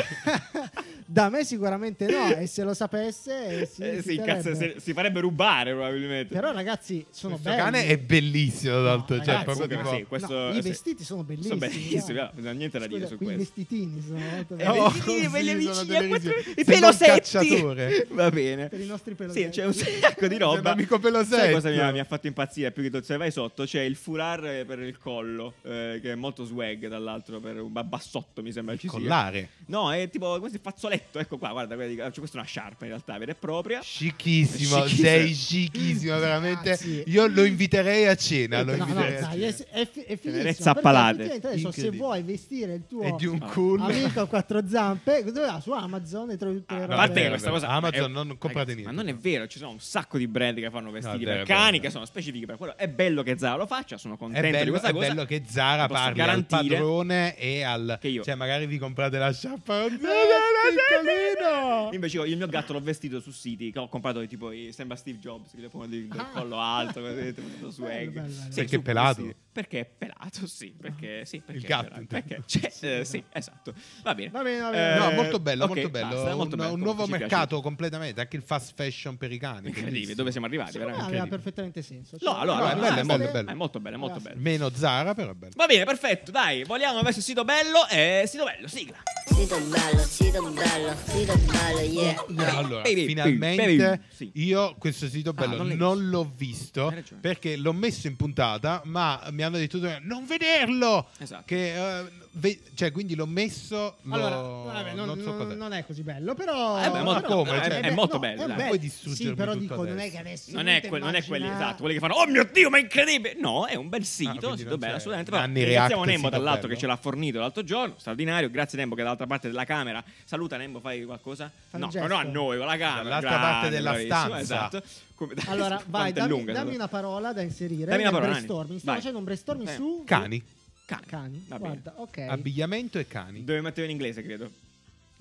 [SPEAKER 4] da me sicuramente no, e se lo sapesse eh, si,
[SPEAKER 2] Eh, sì,
[SPEAKER 4] irriterebbe.
[SPEAKER 2] cazzo, se- si farebbe rubare probabilmente.
[SPEAKER 4] Però ragazzi, sono
[SPEAKER 3] questo
[SPEAKER 4] belli.
[SPEAKER 3] cane è bellissimo d'altro,
[SPEAKER 4] No,
[SPEAKER 3] cioè
[SPEAKER 4] ragazzi,
[SPEAKER 3] proprio
[SPEAKER 4] ma
[SPEAKER 3] tipo
[SPEAKER 2] sì, questo-
[SPEAKER 4] No,
[SPEAKER 2] sì.
[SPEAKER 4] I vestiti sono bellissimi.
[SPEAKER 2] Sono bellissimi,
[SPEAKER 4] dai.
[SPEAKER 2] eh, non ho niente da dire
[SPEAKER 4] Scusa,
[SPEAKER 2] su
[SPEAKER 4] qui I
[SPEAKER 2] questo.
[SPEAKER 4] vestitini sono molto
[SPEAKER 2] Eh,
[SPEAKER 4] belli.
[SPEAKER 3] Oh,
[SPEAKER 2] vedi, vedi,
[SPEAKER 3] sì,
[SPEAKER 2] belli
[SPEAKER 3] sono
[SPEAKER 2] amici,
[SPEAKER 3] delle
[SPEAKER 2] a quattro-
[SPEAKER 3] visioni.
[SPEAKER 2] i
[SPEAKER 3] Sembra un
[SPEAKER 2] pelosetti.
[SPEAKER 3] cacciatore.
[SPEAKER 2] Va bene.
[SPEAKER 4] Per i nostri pelosetti.
[SPEAKER 2] Sì, c'è un sacco di roba.
[SPEAKER 3] Sembra amico pelosetto.
[SPEAKER 2] Sai cosa mi ha, mi ha fatto impazzire? Più che tutto, se vai sotto c'è il foulard per il collo, eh, che è molto swag, dall'altro, per un ba- bassotto mi sembra ci sia.
[SPEAKER 3] collare
[SPEAKER 2] No, è tipo questo fazzoletto, ecco qua, guarda, guarda, cioè, questa è una sciarpa in realtà, vera e propria.
[SPEAKER 3] Scicchissimo,
[SPEAKER 2] Scicchissimo.
[SPEAKER 3] sei scicchissimo veramente.
[SPEAKER 4] Grazie.
[SPEAKER 3] Io lo inviterei a cena, lo
[SPEAKER 4] No, no,
[SPEAKER 3] inviterei a
[SPEAKER 4] dai,
[SPEAKER 3] cena.
[SPEAKER 4] è, è, fi- è finissimo,
[SPEAKER 2] Tenerezza
[SPEAKER 4] perché
[SPEAKER 2] appalate.
[SPEAKER 4] effettivamente Adesso, se
[SPEAKER 3] Incredibile.
[SPEAKER 4] vuoi vestire il tuo
[SPEAKER 3] È di un
[SPEAKER 2] Ah.
[SPEAKER 3] culo.
[SPEAKER 4] amico a quattro zampe, dove va? Su Amazon e trovi tutte le
[SPEAKER 2] A
[SPEAKER 3] Ah,
[SPEAKER 4] robe.
[SPEAKER 2] parte che
[SPEAKER 3] vero,
[SPEAKER 2] questa
[SPEAKER 3] vero.
[SPEAKER 2] cosa
[SPEAKER 3] Amazon non comprate
[SPEAKER 2] Ragazzi, Ma
[SPEAKER 3] niente.
[SPEAKER 2] non è vero, ci sono un sacco di brand che fanno vestiti
[SPEAKER 3] No, è
[SPEAKER 2] per
[SPEAKER 3] vero, è
[SPEAKER 2] cani
[SPEAKER 3] vero.
[SPEAKER 2] che sono specifici per quello. È bello che Zara lo faccia, sono
[SPEAKER 3] È
[SPEAKER 2] contento di
[SPEAKER 3] bello,
[SPEAKER 2] questa
[SPEAKER 3] è
[SPEAKER 2] cosa.
[SPEAKER 3] bello che Zara
[SPEAKER 2] Posso
[SPEAKER 3] parli al
[SPEAKER 2] garantire
[SPEAKER 3] padrone e al...
[SPEAKER 2] che io-
[SPEAKER 3] Cioè magari vi comprate la sciarpa.
[SPEAKER 4] Eh,
[SPEAKER 3] Oh, no,
[SPEAKER 2] piccolino!
[SPEAKER 3] no, no,
[SPEAKER 2] Invece io- il mio gatto l'ho vestito su siti che ho comprato tipo i- sembra Steve Jobs che pone il
[SPEAKER 4] Ah.
[SPEAKER 2] collo alto così, tutto swag.
[SPEAKER 4] Bello, bello, bello.
[SPEAKER 2] Sì,
[SPEAKER 3] Perché
[SPEAKER 2] su
[SPEAKER 3] è pelato?
[SPEAKER 2] questi- Perché è pelato, sì, perché sì, perché è
[SPEAKER 3] gatto,
[SPEAKER 2] pelato,
[SPEAKER 3] intanto.
[SPEAKER 2] perché c'è- eh, sì, esatto. Va bene.
[SPEAKER 4] Va bene, va bene.
[SPEAKER 2] Eh,
[SPEAKER 3] No, molto bello,
[SPEAKER 2] ok,
[SPEAKER 3] molto bello.
[SPEAKER 2] basta, molto
[SPEAKER 3] un,
[SPEAKER 2] bello,
[SPEAKER 3] un
[SPEAKER 2] comunque
[SPEAKER 3] nuovo
[SPEAKER 2] ci piace.
[SPEAKER 3] mercato completamente, anche il fast fashion per i cani.
[SPEAKER 2] Incredibile,
[SPEAKER 3] bellissimo.
[SPEAKER 2] dove siamo arrivati
[SPEAKER 4] Secondo me
[SPEAKER 2] veramente.
[SPEAKER 4] aveva
[SPEAKER 3] incredibile.
[SPEAKER 4] perfettamente senso.
[SPEAKER 2] No,
[SPEAKER 4] Cioè,
[SPEAKER 2] allora,
[SPEAKER 3] No, è bello, è
[SPEAKER 4] basta-
[SPEAKER 3] bello, è bello.
[SPEAKER 2] È molto bello, è molto bello.
[SPEAKER 3] Meno Zara, però è bello.
[SPEAKER 2] Va bene, perfetto, dai, vogliamo verso il sito bello e sito bello, sigla.
[SPEAKER 6] Sito bello, sito bello, sito bello, yeah.
[SPEAKER 2] Eh,
[SPEAKER 3] Allora,
[SPEAKER 2] Baby,
[SPEAKER 3] finalmente
[SPEAKER 2] baby, sì. Ah,
[SPEAKER 3] io questo sito bello
[SPEAKER 2] non l'hai
[SPEAKER 3] non,
[SPEAKER 2] visto.
[SPEAKER 3] l'ho
[SPEAKER 2] Hai
[SPEAKER 3] visto
[SPEAKER 2] ragione.
[SPEAKER 3] perché l'ho messo in puntata, ma mi ha insegnando di tutto. Non vederlo!
[SPEAKER 2] Esatto.
[SPEAKER 3] Che, eh, ve- cioè, quindi l'ho messo. lo-
[SPEAKER 4] Allora, vabbè, non,
[SPEAKER 3] non so
[SPEAKER 4] non-
[SPEAKER 3] cos'è.
[SPEAKER 4] non è così bello, però.
[SPEAKER 2] Eh beh, ma
[SPEAKER 4] però-
[SPEAKER 3] come?
[SPEAKER 4] eh
[SPEAKER 3] Cioè,
[SPEAKER 4] beh,
[SPEAKER 2] è molto
[SPEAKER 4] no,
[SPEAKER 2] bello, dai.
[SPEAKER 3] Puoi distruggermi
[SPEAKER 4] Sì, però
[SPEAKER 3] tutto
[SPEAKER 4] dico, non è
[SPEAKER 3] adesso.
[SPEAKER 4] che adesso.
[SPEAKER 2] Non è, quel- non è quelli esatto, quelli che fanno Oh mio Dio, ma è incredibile! No, è un bel sito,
[SPEAKER 3] quindi
[SPEAKER 2] sito
[SPEAKER 3] non
[SPEAKER 2] bello,
[SPEAKER 3] c'è.
[SPEAKER 2] assolutamente.
[SPEAKER 3] Ah, cioè, Nanni
[SPEAKER 2] ringraziamo
[SPEAKER 3] React,
[SPEAKER 2] Nembo
[SPEAKER 3] sito
[SPEAKER 2] dall'alto
[SPEAKER 3] bello.
[SPEAKER 2] che ce l'ha fornito l'altro giorno, straordinario. Grazie Nembo che è dall'altra parte della camera. Saluta Nembo, fai qualcosa?
[SPEAKER 4] Fai un
[SPEAKER 2] no,
[SPEAKER 4] gesto.
[SPEAKER 2] no, a noi, con la camera.
[SPEAKER 3] Dall'altra
[SPEAKER 2] Grande,
[SPEAKER 3] parte della
[SPEAKER 2] bravissimo,
[SPEAKER 3] stanza.
[SPEAKER 2] Esatto. Come-
[SPEAKER 4] Allora,
[SPEAKER 2] quanto
[SPEAKER 4] vai,
[SPEAKER 2] è
[SPEAKER 4] dammi,
[SPEAKER 2] lunga,
[SPEAKER 4] dammi
[SPEAKER 2] scusa.
[SPEAKER 4] una parola da inserire.
[SPEAKER 2] Dammi una
[SPEAKER 4] nel
[SPEAKER 2] parola,
[SPEAKER 4] brainstorming.
[SPEAKER 2] Nanni. Vai.
[SPEAKER 4] Stiamo facendo un brainstorming
[SPEAKER 2] Eh,
[SPEAKER 4] su
[SPEAKER 3] Cani.
[SPEAKER 2] Cani.
[SPEAKER 4] Cani.
[SPEAKER 2] Va bene.
[SPEAKER 4] Guarda, ok.
[SPEAKER 3] Abbigliamento e cani.
[SPEAKER 2] Dove mettevo in inglese, credo.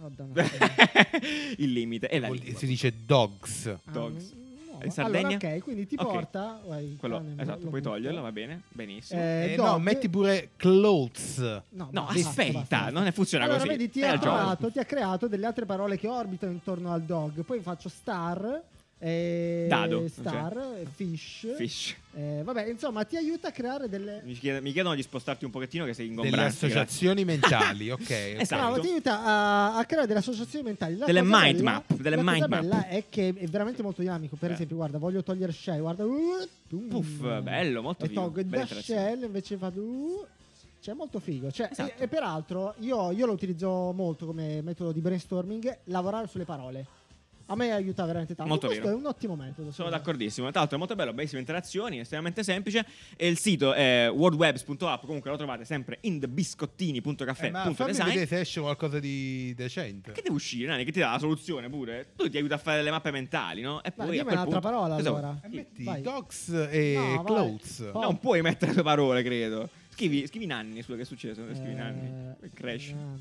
[SPEAKER 4] Oh, dannato.
[SPEAKER 2] Il limite è la
[SPEAKER 3] Vuol-
[SPEAKER 2] lingua.
[SPEAKER 3] si dice dogs.
[SPEAKER 4] Ah,
[SPEAKER 2] Dogs.
[SPEAKER 4] no,
[SPEAKER 2] In Sardegna?
[SPEAKER 4] Allora, ok, quindi ti
[SPEAKER 2] Ok.
[SPEAKER 4] porta. vai,
[SPEAKER 2] Quello-
[SPEAKER 4] cane,
[SPEAKER 2] esatto,
[SPEAKER 4] lo
[SPEAKER 2] puoi
[SPEAKER 4] butto.
[SPEAKER 2] toglierlo, va bene. Benissimo.
[SPEAKER 4] Eh,
[SPEAKER 3] Eh,
[SPEAKER 4] dog-
[SPEAKER 3] no, metti pure clothes.
[SPEAKER 2] No,
[SPEAKER 4] basta,
[SPEAKER 2] aspetta,
[SPEAKER 4] basta.
[SPEAKER 2] non è- funziona
[SPEAKER 4] allora,
[SPEAKER 2] così.
[SPEAKER 4] Vedi, ti,
[SPEAKER 2] Hai
[SPEAKER 4] ha
[SPEAKER 2] ragione.
[SPEAKER 4] trovato, ti ha creato delle altre parole che orbitano intorno al dog. Poi faccio star, eh,
[SPEAKER 2] Dado,
[SPEAKER 4] star, eh, fish.
[SPEAKER 2] Fish.
[SPEAKER 4] Eh, vabbè, insomma, ti aiuta a creare delle.
[SPEAKER 2] Mi, chied- mi chiedono di spostarti un pochettino che sei
[SPEAKER 3] Delle
[SPEAKER 2] ingombrante. grazie.
[SPEAKER 3] associazioni mentali, ok. ok.
[SPEAKER 2] Esatto.
[SPEAKER 4] Bravo, Eh, ti aiuta a, a creare delle associazioni mentali. La
[SPEAKER 2] Delle
[SPEAKER 4] cosa
[SPEAKER 2] mind
[SPEAKER 4] bella-
[SPEAKER 2] map, delle
[SPEAKER 4] la cosa
[SPEAKER 2] mind map.
[SPEAKER 4] bella è che è veramente molto dinamico. Per
[SPEAKER 2] Eh.
[SPEAKER 4] esempio, guarda, voglio togliere shell. Guarda, uh, pum.
[SPEAKER 2] Puff, bello, molto
[SPEAKER 4] e
[SPEAKER 2] figo,
[SPEAKER 4] tolgo il
[SPEAKER 2] bella
[SPEAKER 4] da
[SPEAKER 2] interazione.
[SPEAKER 4] shell invece vado. uh, cioè, molto figo. Cioè,
[SPEAKER 2] Esatto.
[SPEAKER 4] e, e peraltro, io, io lo utilizzo molto come metodo di brainstorming. Lavorare sulle parole. A me aiuta veramente tanto.
[SPEAKER 2] Molto
[SPEAKER 4] Questo
[SPEAKER 2] vero.
[SPEAKER 4] è un ottimo metodo.
[SPEAKER 2] Sono
[SPEAKER 4] secondo me.
[SPEAKER 2] d'accordissimo. Tra l'altro è molto bello, bellissime interazioni, estremamente semplice. E il sito è worldwebs.app, comunque lo trovate sempre in
[SPEAKER 3] Eh, ma fammi
[SPEAKER 2] thebiscottini.caffè.design.
[SPEAKER 3] vedere se esce qualcosa di decente.
[SPEAKER 2] che deve uscire, Nani? Che ti dà la soluzione pure? Tu ti aiuta a fare le mappe mentali, no? E
[SPEAKER 4] Ma
[SPEAKER 2] poi a
[SPEAKER 4] dimmi
[SPEAKER 2] quel
[SPEAKER 4] un'altra
[SPEAKER 2] punto-
[SPEAKER 4] parola,
[SPEAKER 2] Cosa vuoi?
[SPEAKER 4] allora.
[SPEAKER 3] Eh, metti
[SPEAKER 4] Vai.
[SPEAKER 3] dogs e
[SPEAKER 4] No, vai.
[SPEAKER 3] clothes.
[SPEAKER 4] Po-
[SPEAKER 2] Non puoi mettere le parole, credo. Scrivi, scrivi nanni, scusa, che è successo? Scrivi nanni.
[SPEAKER 4] Eh,
[SPEAKER 2] Crash.
[SPEAKER 4] nanni.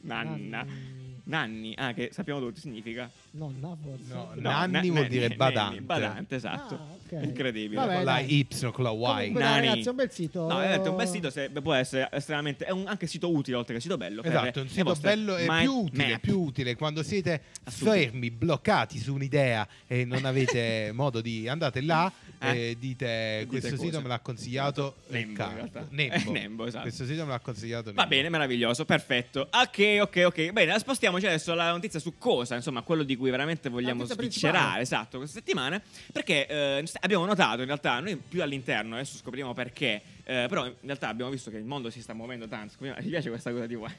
[SPEAKER 2] Nanna.
[SPEAKER 4] Nanni.
[SPEAKER 2] Nanni, ah, che sappiamo tutti significa.
[SPEAKER 4] Nonna, forse.
[SPEAKER 3] No,
[SPEAKER 4] No.
[SPEAKER 3] nanni vuol
[SPEAKER 2] na-
[SPEAKER 3] dire
[SPEAKER 2] nanni,
[SPEAKER 3] badante.
[SPEAKER 2] Badante, esatto.
[SPEAKER 4] Ah, ok.
[SPEAKER 2] Incredibile.
[SPEAKER 4] Vabbè,
[SPEAKER 3] Con la
[SPEAKER 4] dai.
[SPEAKER 3] Y, con la Y.
[SPEAKER 4] Comunque, dai,
[SPEAKER 2] Nani.
[SPEAKER 4] ragazzi, è un bel sito.
[SPEAKER 2] No, è un bel sito, se- può essere estremamente. È un, anche sito utile, oltre che sito bello. per
[SPEAKER 3] Esatto, è un
[SPEAKER 2] Eh, le
[SPEAKER 3] sito
[SPEAKER 2] vostre
[SPEAKER 3] bello e
[SPEAKER 2] mind
[SPEAKER 3] più utile,
[SPEAKER 2] map.
[SPEAKER 3] più utile quando siete
[SPEAKER 2] Assolutamente.
[SPEAKER 3] fermi, bloccati su un'idea e non avete modo di andate là
[SPEAKER 2] Eh?
[SPEAKER 3] e dite
[SPEAKER 2] Dite
[SPEAKER 3] questo sito
[SPEAKER 2] cosa?
[SPEAKER 3] me l'ha consigliato
[SPEAKER 2] Nembo,
[SPEAKER 3] Riccardo."
[SPEAKER 2] in realtà.
[SPEAKER 3] Nembo.
[SPEAKER 2] Eh, Nembo, esatto.
[SPEAKER 3] Questo sito me l'ha consigliato
[SPEAKER 2] Va
[SPEAKER 3] Nembo.
[SPEAKER 2] bene, meraviglioso, perfetto. Ok, ok, ok. Bene, spostiamoci adesso alla notizia su cosa, insomma, quello di cui veramente vogliamo
[SPEAKER 4] notizia principale.
[SPEAKER 2] sviscerare, esatto, questa settimana, perché eh, st- abbiamo notato in realtà, noi più all'interno, adesso scopriamo perché, eh, però in realtà abbiamo visto che il mondo si sta muovendo tanto, scopriamo- ci piace questa cosa di qua.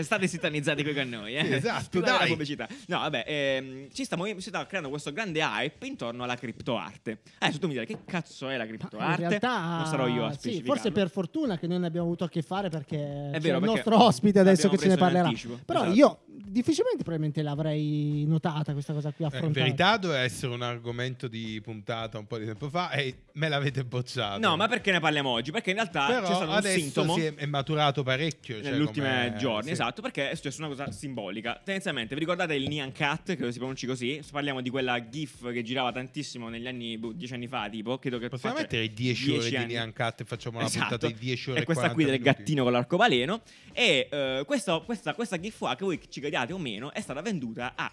[SPEAKER 2] State sintonizzati qui con noi, eh.
[SPEAKER 3] Sì, esatto,
[SPEAKER 2] Scusate la
[SPEAKER 3] dai.
[SPEAKER 2] pubblicità. No, vabbè, ehm, ci sta muove- si sta creando questo grande hype intorno alla criptoarte. Adesso tu mi dirai che cazzo è la
[SPEAKER 4] Ma in
[SPEAKER 2] criptoarte?
[SPEAKER 4] realtà,
[SPEAKER 2] non sarò io a
[SPEAKER 4] sì,
[SPEAKER 2] specificarlo.
[SPEAKER 4] forse per fortuna che noi ne abbiamo avuto a che fare perché c'è
[SPEAKER 2] vero,
[SPEAKER 4] Eh, il
[SPEAKER 2] perché
[SPEAKER 4] nostro ospite adesso
[SPEAKER 2] l'abbiamo
[SPEAKER 4] che ce
[SPEAKER 2] preso
[SPEAKER 4] ne
[SPEAKER 2] in
[SPEAKER 4] parlerà.
[SPEAKER 2] anticipo,
[SPEAKER 4] Però
[SPEAKER 2] esatto.
[SPEAKER 4] io difficilmente probabilmente l'avrei notata questa cosa qui
[SPEAKER 3] Eh, In
[SPEAKER 4] affrontata.
[SPEAKER 3] verità doveva essere un argomento di puntata un po' di tempo fa e me l'avete bocciato.
[SPEAKER 2] No, ma perché ne parliamo oggi? Perché in realtà
[SPEAKER 3] Però
[SPEAKER 2] c'è stato un
[SPEAKER 3] adesso
[SPEAKER 2] sintomo
[SPEAKER 3] si è, è maturato parecchio. cioè,
[SPEAKER 2] negli ultimi
[SPEAKER 3] come-
[SPEAKER 2] giorni,
[SPEAKER 3] sì.
[SPEAKER 2] esatto, perché è successa una cosa simbolica. Tendenzialmente, vi ricordate il Nyan Cat, che si pronunci così? Se Parliamo di quella GIF che girava tantissimo negli anni, boh, dieci anni fa, tipo, credo che
[SPEAKER 3] Possiamo
[SPEAKER 2] faccia
[SPEAKER 3] mettere 10 ore di
[SPEAKER 2] anni.
[SPEAKER 3] Neon Cut e facciamo una
[SPEAKER 2] Esatto.
[SPEAKER 3] puntata di 10 ore
[SPEAKER 2] E questa qui
[SPEAKER 3] 40
[SPEAKER 2] del
[SPEAKER 3] minuti.
[SPEAKER 2] gattino con l'arcobaleno. E eh, questa, questa, questa GIF qua, che voi ci crediate o meno, è stata venduta a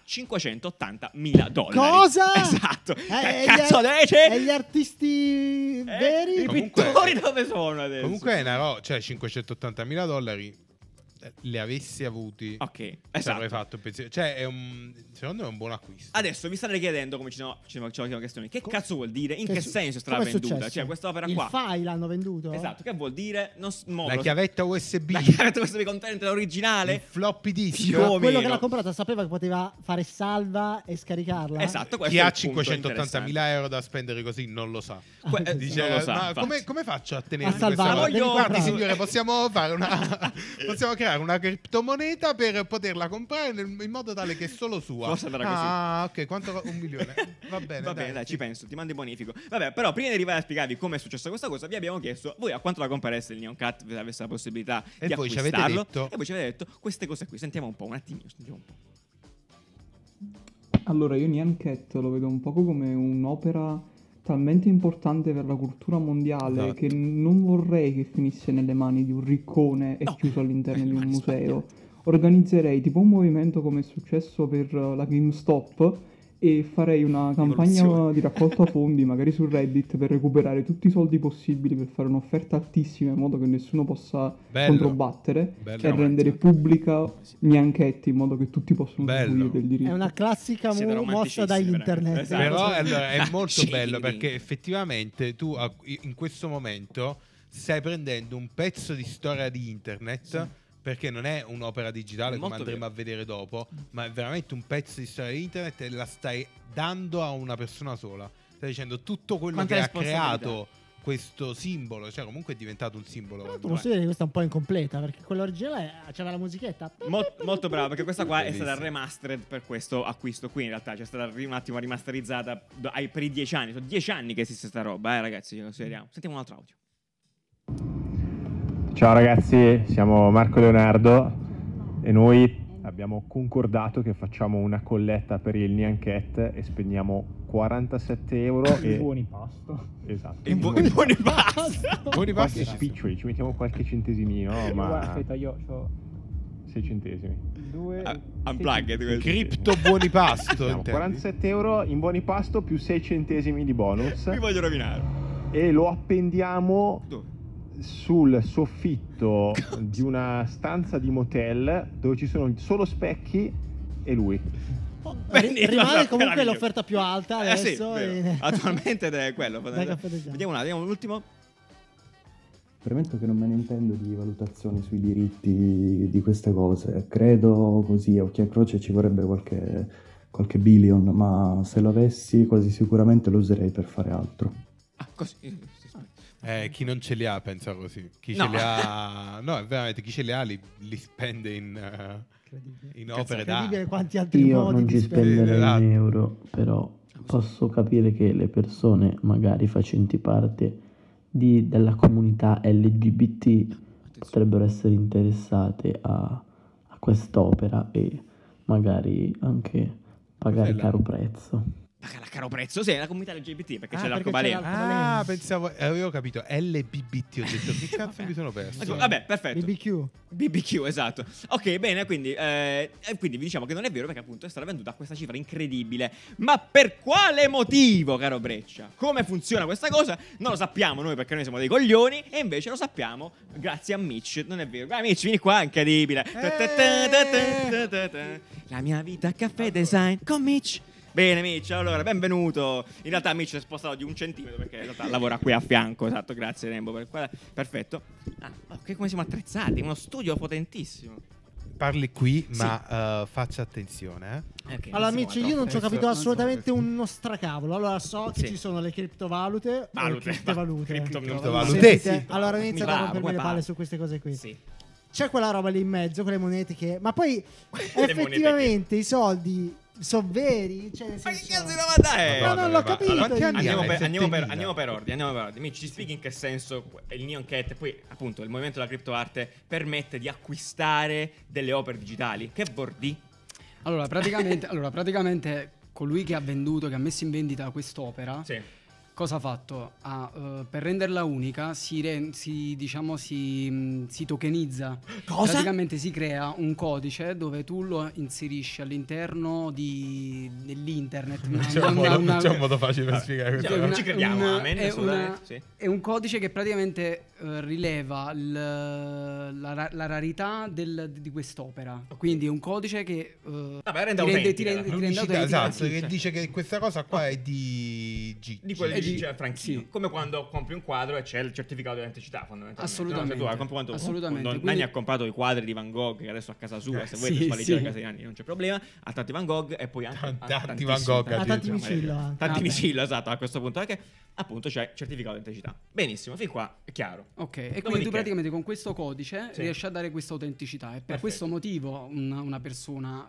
[SPEAKER 2] 580.000 dollari.
[SPEAKER 4] Cosa?
[SPEAKER 2] Esatto.
[SPEAKER 4] Eh,
[SPEAKER 2] Che
[SPEAKER 4] e
[SPEAKER 2] cazzo
[SPEAKER 4] gli ar-
[SPEAKER 2] dice?
[SPEAKER 4] E gli artisti
[SPEAKER 2] Eh,
[SPEAKER 4] veri?
[SPEAKER 2] I
[SPEAKER 3] Comunque-
[SPEAKER 2] pittori dove sono adesso?
[SPEAKER 3] Comunque è una roba, cioè 580 mila dollari eh, le avessi avuti.
[SPEAKER 2] Ok,
[SPEAKER 3] ci avrei
[SPEAKER 2] esatto.
[SPEAKER 3] Cioè, fatto un pensiero. Cioè, è un, secondo me è un buon acquisto.
[SPEAKER 2] Adesso vi starete chiedendo come ci siamo, ci siamo- ci siamo chiesti noi, che
[SPEAKER 4] Co-
[SPEAKER 2] cazzo vuol dire? In che,
[SPEAKER 4] su-
[SPEAKER 2] senso è stata
[SPEAKER 4] com'è
[SPEAKER 2] venduta?
[SPEAKER 4] successo?
[SPEAKER 2] Cioè, quest'opera
[SPEAKER 4] Il
[SPEAKER 2] qua.
[SPEAKER 4] file l'hanno venduto?
[SPEAKER 2] Esatto, che vuol dire? Non s- mo,
[SPEAKER 3] La
[SPEAKER 2] lo-
[SPEAKER 3] chiavetta USB,
[SPEAKER 2] la chiavetta questo vi contenta
[SPEAKER 3] il
[SPEAKER 2] l'originale.
[SPEAKER 3] floppy disk,
[SPEAKER 2] Più o
[SPEAKER 4] Quello che
[SPEAKER 2] meno.
[SPEAKER 4] l'ha comprata sapeva che poteva fare salva e scaricarla.
[SPEAKER 2] Esatto, questo
[SPEAKER 3] chi
[SPEAKER 2] è
[SPEAKER 3] ha
[SPEAKER 2] il punto
[SPEAKER 3] 580
[SPEAKER 2] interessante.
[SPEAKER 3] mila euro da spendere così non lo sa.
[SPEAKER 2] Que-
[SPEAKER 4] Non
[SPEAKER 3] Dice,
[SPEAKER 2] non lo sa,
[SPEAKER 3] ma
[SPEAKER 2] infatti.
[SPEAKER 3] come, come faccio a tenere
[SPEAKER 4] A salvarlo,
[SPEAKER 2] devi
[SPEAKER 3] Guardi,
[SPEAKER 2] comprarlo."
[SPEAKER 3] signore, possiamo fare una. possiamo creare una criptomoneta per poterla comprare nel- in modo tale che è solo sua.
[SPEAKER 2] Forse andrà così.
[SPEAKER 3] Ah, ok, quanto un milione. Va bene,
[SPEAKER 2] Va bene, dai,
[SPEAKER 3] sì.
[SPEAKER 2] ci penso, ti mando il bonifico. Vabbè, però prima di arrivare a spiegarvi come è successa questa cosa, vi abbiamo chiesto voi a quanto la comparesse il Neon Cat se avesse la possibilità
[SPEAKER 3] E
[SPEAKER 2] di
[SPEAKER 3] voi ci avete
[SPEAKER 2] acquistarlo.
[SPEAKER 3] detto-
[SPEAKER 2] E voi ci avete detto queste cose qui. Sentiamo un po', un attimino, sentiamo un po'.
[SPEAKER 7] Allora, io Nyan Cat lo vedo un poco come un'opera talmente importante per la cultura mondiale
[SPEAKER 3] Esatto.
[SPEAKER 7] che non vorrei che finisse nelle mani di un riccone e
[SPEAKER 2] No,
[SPEAKER 7] chiuso
[SPEAKER 3] Eh,
[SPEAKER 7] all'interno di
[SPEAKER 2] nelle
[SPEAKER 7] un
[SPEAKER 2] mani
[SPEAKER 7] museo. Organizzerei tipo un movimento come è successo per eh, la GameStop e farei una campagna
[SPEAKER 2] Rivoluzione.
[SPEAKER 7] di raccolta fondi, magari su Reddit, per recuperare tutti i soldi possibili per fare un'offerta altissima in modo che nessuno possa
[SPEAKER 3] Bello.
[SPEAKER 7] controbattere
[SPEAKER 3] Bello.
[SPEAKER 7] e rendere pubblica Nyan Cat in modo che tutti possano
[SPEAKER 3] Bello.
[SPEAKER 7] usufruire del diritto.
[SPEAKER 4] È una classica
[SPEAKER 2] Siete
[SPEAKER 4] mu- mossa
[SPEAKER 2] romanticissimi,
[SPEAKER 4] da
[SPEAKER 2] veramente.
[SPEAKER 4] internet.
[SPEAKER 2] Esatto.
[SPEAKER 3] Però allora, è molto
[SPEAKER 2] Sì,
[SPEAKER 3] bello
[SPEAKER 2] quindi.
[SPEAKER 3] perché effettivamente tu a- in questo momento stai prendendo un pezzo di storia di internet. Perché non è un'opera digitale
[SPEAKER 2] Molto
[SPEAKER 3] come andremo
[SPEAKER 2] vero.
[SPEAKER 3] a vedere dopo, ma è veramente un pezzo di storia di internet e la stai dando a una persona sola. Stai dicendo tutto quello
[SPEAKER 2] Quanta
[SPEAKER 3] che ha
[SPEAKER 2] responsabilità.
[SPEAKER 3] creato questo simbolo, cioè comunque è diventato un simbolo.
[SPEAKER 4] Tra l'altro
[SPEAKER 3] quando-
[SPEAKER 4] posso dire che questa è un po' incompleta perché quella originale eh, c'aveva la musichetta.
[SPEAKER 2] Mol- molto brava, perché questa qua è
[SPEAKER 3] Bellissimo.
[SPEAKER 2] stata remastered per questo acquisto qui in realtà, cioè è stata ri- un attimo rimasterizzata do- ai- per i dieci anni, sono dieci anni che esiste sta roba, eh ragazzi, lo consideriamo. Sentiamo un altro audio.
[SPEAKER 8] Ciao ragazzi, siamo Marco Leonardo e noi abbiamo concordato che facciamo una colletta per il Nianchette e spendiamo 47 euro e...
[SPEAKER 7] buoni pasto.
[SPEAKER 8] Esatto.
[SPEAKER 2] E bu- buoni pasta!
[SPEAKER 3] Buoni
[SPEAKER 8] Qualche
[SPEAKER 3] passi.
[SPEAKER 8] spiccioli, ci mettiamo qualche centesimino,
[SPEAKER 7] Eh, Guarda,
[SPEAKER 8] ma
[SPEAKER 7] aspetta, io
[SPEAKER 4] cioè,
[SPEAKER 7] ho
[SPEAKER 8] 6 centesimi.
[SPEAKER 7] due...
[SPEAKER 2] Ah,
[SPEAKER 7] sì,
[SPEAKER 2] Unplugged questo.
[SPEAKER 3] Cripto buoni pasto.
[SPEAKER 8] Siamo
[SPEAKER 3] intendi?
[SPEAKER 8] 47 euro in buoni pasto più 6 centesimi di bonus
[SPEAKER 2] Mi voglio rovinare.
[SPEAKER 8] e lo appendiamo
[SPEAKER 2] Dove?
[SPEAKER 8] sul soffitto di una stanza di motel dove ci sono solo specchi e lui.
[SPEAKER 4] Oh,
[SPEAKER 2] Benissimo,
[SPEAKER 4] rimane
[SPEAKER 2] guarda,
[SPEAKER 4] comunque
[SPEAKER 2] meraviglioso.
[SPEAKER 4] l'offerta più alta
[SPEAKER 2] Eh sì,
[SPEAKER 4] adesso.
[SPEAKER 2] vero.
[SPEAKER 4] e-
[SPEAKER 2] Attualmente ed è quello.
[SPEAKER 4] Dai, caffè del giorno.
[SPEAKER 2] Vediamo un attimo, vediamo l'ultimo.
[SPEAKER 9] Premetto che non me ne intendo di valutazioni sui diritti di queste cose. Credo così, a occhio e croce ci vorrebbe qualche, qualche billion, ma se l'avessi quasi sicuramente lo userei per fare altro.
[SPEAKER 2] Ah, così. eh, sì, sì.
[SPEAKER 3] Eh, chi non ce li ha pensa così. Chi
[SPEAKER 2] No.
[SPEAKER 3] ce li ha, no, è veramente chi ce li ha li, li spende in, eh, in opere
[SPEAKER 4] Incredibile
[SPEAKER 3] d'arte.
[SPEAKER 4] quanti altri modi di spendere.
[SPEAKER 3] spenderei Esatto. un
[SPEAKER 9] euro, però posso capire che le persone, magari facenti parte della comunità LGBT,
[SPEAKER 2] Attenzione.
[SPEAKER 9] potrebbero essere interessate a, a quest'opera e magari anche pagare
[SPEAKER 3] Cos'è la-
[SPEAKER 9] caro prezzo.
[SPEAKER 2] Paga la caro prezzo, sì, è la comunità LGBT perché
[SPEAKER 4] Ah,
[SPEAKER 2] c'è
[SPEAKER 4] perché
[SPEAKER 2] l'arcobaleno.
[SPEAKER 3] Ah, pensavo, eh, avevo capito LBBT. Ho detto che cazzo mi sono perso.
[SPEAKER 2] Ecco, Vabbè, perfetto.
[SPEAKER 4] BBQ.
[SPEAKER 2] BBQ, esatto. Ok, bene, quindi, eh, e quindi vi diciamo che non è vero perché appunto è stata venduta a questa cifra incredibile. Ma per quale motivo, caro Breccia? Come funziona questa cosa? Non lo sappiamo noi perché noi siamo dei coglioni e invece lo sappiamo grazie a Mitch, non è vero? Guarda Mitch, vieni qua, è incredibile. La mia vita a caffè design con Mitch. Bene Mitch, allora benvenuto. In realtà Mitch si è spostato di un centimetro perché in realtà lavora qui a fianco, esatto, grazie Nembo. Per quella- Perfetto. Ah, ma che come siamo attrezzati, uno studio potentissimo.
[SPEAKER 3] Parli qui, ma eh, faccia attenzione. eh.
[SPEAKER 2] Ok,
[SPEAKER 4] Allora,
[SPEAKER 2] non
[SPEAKER 4] amici,
[SPEAKER 2] siamo
[SPEAKER 4] io non ci ho
[SPEAKER 3] adesso-
[SPEAKER 4] capito
[SPEAKER 3] non so
[SPEAKER 4] assolutamente uno stracavolo. Allora, so che
[SPEAKER 2] Sì.
[SPEAKER 4] ci sono le criptovalute.
[SPEAKER 2] Valute.
[SPEAKER 4] e le criptovalute.
[SPEAKER 2] Cripto-
[SPEAKER 3] Criptovalute.
[SPEAKER 4] Sentite,
[SPEAKER 3] Sì.
[SPEAKER 4] Allora,
[SPEAKER 2] Mi
[SPEAKER 4] inizia a
[SPEAKER 2] bravo,
[SPEAKER 4] rompermi
[SPEAKER 2] come
[SPEAKER 4] le
[SPEAKER 2] parla.
[SPEAKER 4] palle su queste cose qui.
[SPEAKER 2] Sì.
[SPEAKER 4] C'è quella roba lì in mezzo, quelle monete che. Ma poi,
[SPEAKER 2] monete
[SPEAKER 4] effettivamente, i soldi sono veri. Cioè, nel
[SPEAKER 2] Ma che
[SPEAKER 4] senso-
[SPEAKER 2] cazzo devo andare?
[SPEAKER 4] Ma non l'ho
[SPEAKER 3] ma-
[SPEAKER 4] capito
[SPEAKER 3] allora,
[SPEAKER 4] io.
[SPEAKER 2] Andiamo
[SPEAKER 4] Andiamo
[SPEAKER 2] per,
[SPEAKER 3] ai
[SPEAKER 2] andiamo, per,
[SPEAKER 3] 7000.
[SPEAKER 2] andiamo per ordine, andiamo per ordine. Mi ci spieghi in che senso il Neon Cat, poi appunto il movimento della criptoarte permette di acquistare delle opere digitali. Che bordi?
[SPEAKER 10] Allora praticamente, allora, praticamente colui che ha venduto, che ha messo in vendita quest'opera,
[SPEAKER 2] Sì.
[SPEAKER 10] cosa ha fatto? Ha, eh, per renderla unica si, ren- si, diciamo, si, mh, si tokenizza.
[SPEAKER 2] Cosa?
[SPEAKER 10] Praticamente si crea un codice dove tu lo inserisci all'interno di- dell'internet.
[SPEAKER 3] Non
[SPEAKER 10] Una-
[SPEAKER 3] c'è un
[SPEAKER 10] una-
[SPEAKER 3] modo,
[SPEAKER 10] una-
[SPEAKER 3] non c'è un modo facile per
[SPEAKER 2] Vabbè,
[SPEAKER 3] spiegare
[SPEAKER 2] cioè,
[SPEAKER 3] questo.
[SPEAKER 10] cioè,
[SPEAKER 2] non
[SPEAKER 10] una-
[SPEAKER 2] ci crediamo,
[SPEAKER 10] una-
[SPEAKER 2] amen,
[SPEAKER 10] è, una-
[SPEAKER 2] assolutamente, sì.
[SPEAKER 10] è un codice che praticamente eh, rileva il- la, ra- la rarità del- di quest'opera. Quindi è un codice che eh,
[SPEAKER 2] Vabbè, rende autentica,
[SPEAKER 10] ti rende, ti
[SPEAKER 2] dai.
[SPEAKER 10] rende, ti rende
[SPEAKER 3] L'unicità,
[SPEAKER 10] autentica,
[SPEAKER 3] esatto,
[SPEAKER 10] sì.
[SPEAKER 3] che dice che questa cosa qua è di G.
[SPEAKER 2] Ah. Di quello
[SPEAKER 10] E
[SPEAKER 2] che
[SPEAKER 10] Cioè, di-
[SPEAKER 2] dice Franchino.
[SPEAKER 10] sì.
[SPEAKER 2] Come quando compri un quadro e c'è il certificato di autenticità, fondamentalmente.
[SPEAKER 10] Assolutamente.
[SPEAKER 2] No, se tu hai comprato-
[SPEAKER 10] Assolutamente,
[SPEAKER 2] Don Nani
[SPEAKER 10] quindi-
[SPEAKER 2] ha comprato i quadri di Van Gogh, che adesso è a casa sua, se
[SPEAKER 10] Eh,
[SPEAKER 2] vuoi
[SPEAKER 10] sì,
[SPEAKER 2] spalleggiare
[SPEAKER 10] sì.
[SPEAKER 2] a casa di Nanni non c'è problema. Ha tanti Van Gogh e poi anche.
[SPEAKER 3] Tanti
[SPEAKER 2] ha
[SPEAKER 3] Van
[SPEAKER 2] tantissimi-
[SPEAKER 3] Gogh,
[SPEAKER 2] tanti-
[SPEAKER 4] addirittura. Tanti
[SPEAKER 2] insomma,
[SPEAKER 4] Micillo,
[SPEAKER 2] tanti
[SPEAKER 4] eh.
[SPEAKER 2] Tanti
[SPEAKER 10] Vabbè.
[SPEAKER 2] Micillo, esatto, a questo punto anche. Appunto c'è certificato di autenticità. Benissimo, fin qua è chiaro.
[SPEAKER 10] Ok, e quindi
[SPEAKER 2] Dopodiché-
[SPEAKER 10] tu praticamente con questo codice
[SPEAKER 2] Sì.
[SPEAKER 10] riesci a dare questa autenticità e per
[SPEAKER 2] Perfetto.
[SPEAKER 10] questo motivo una, una persona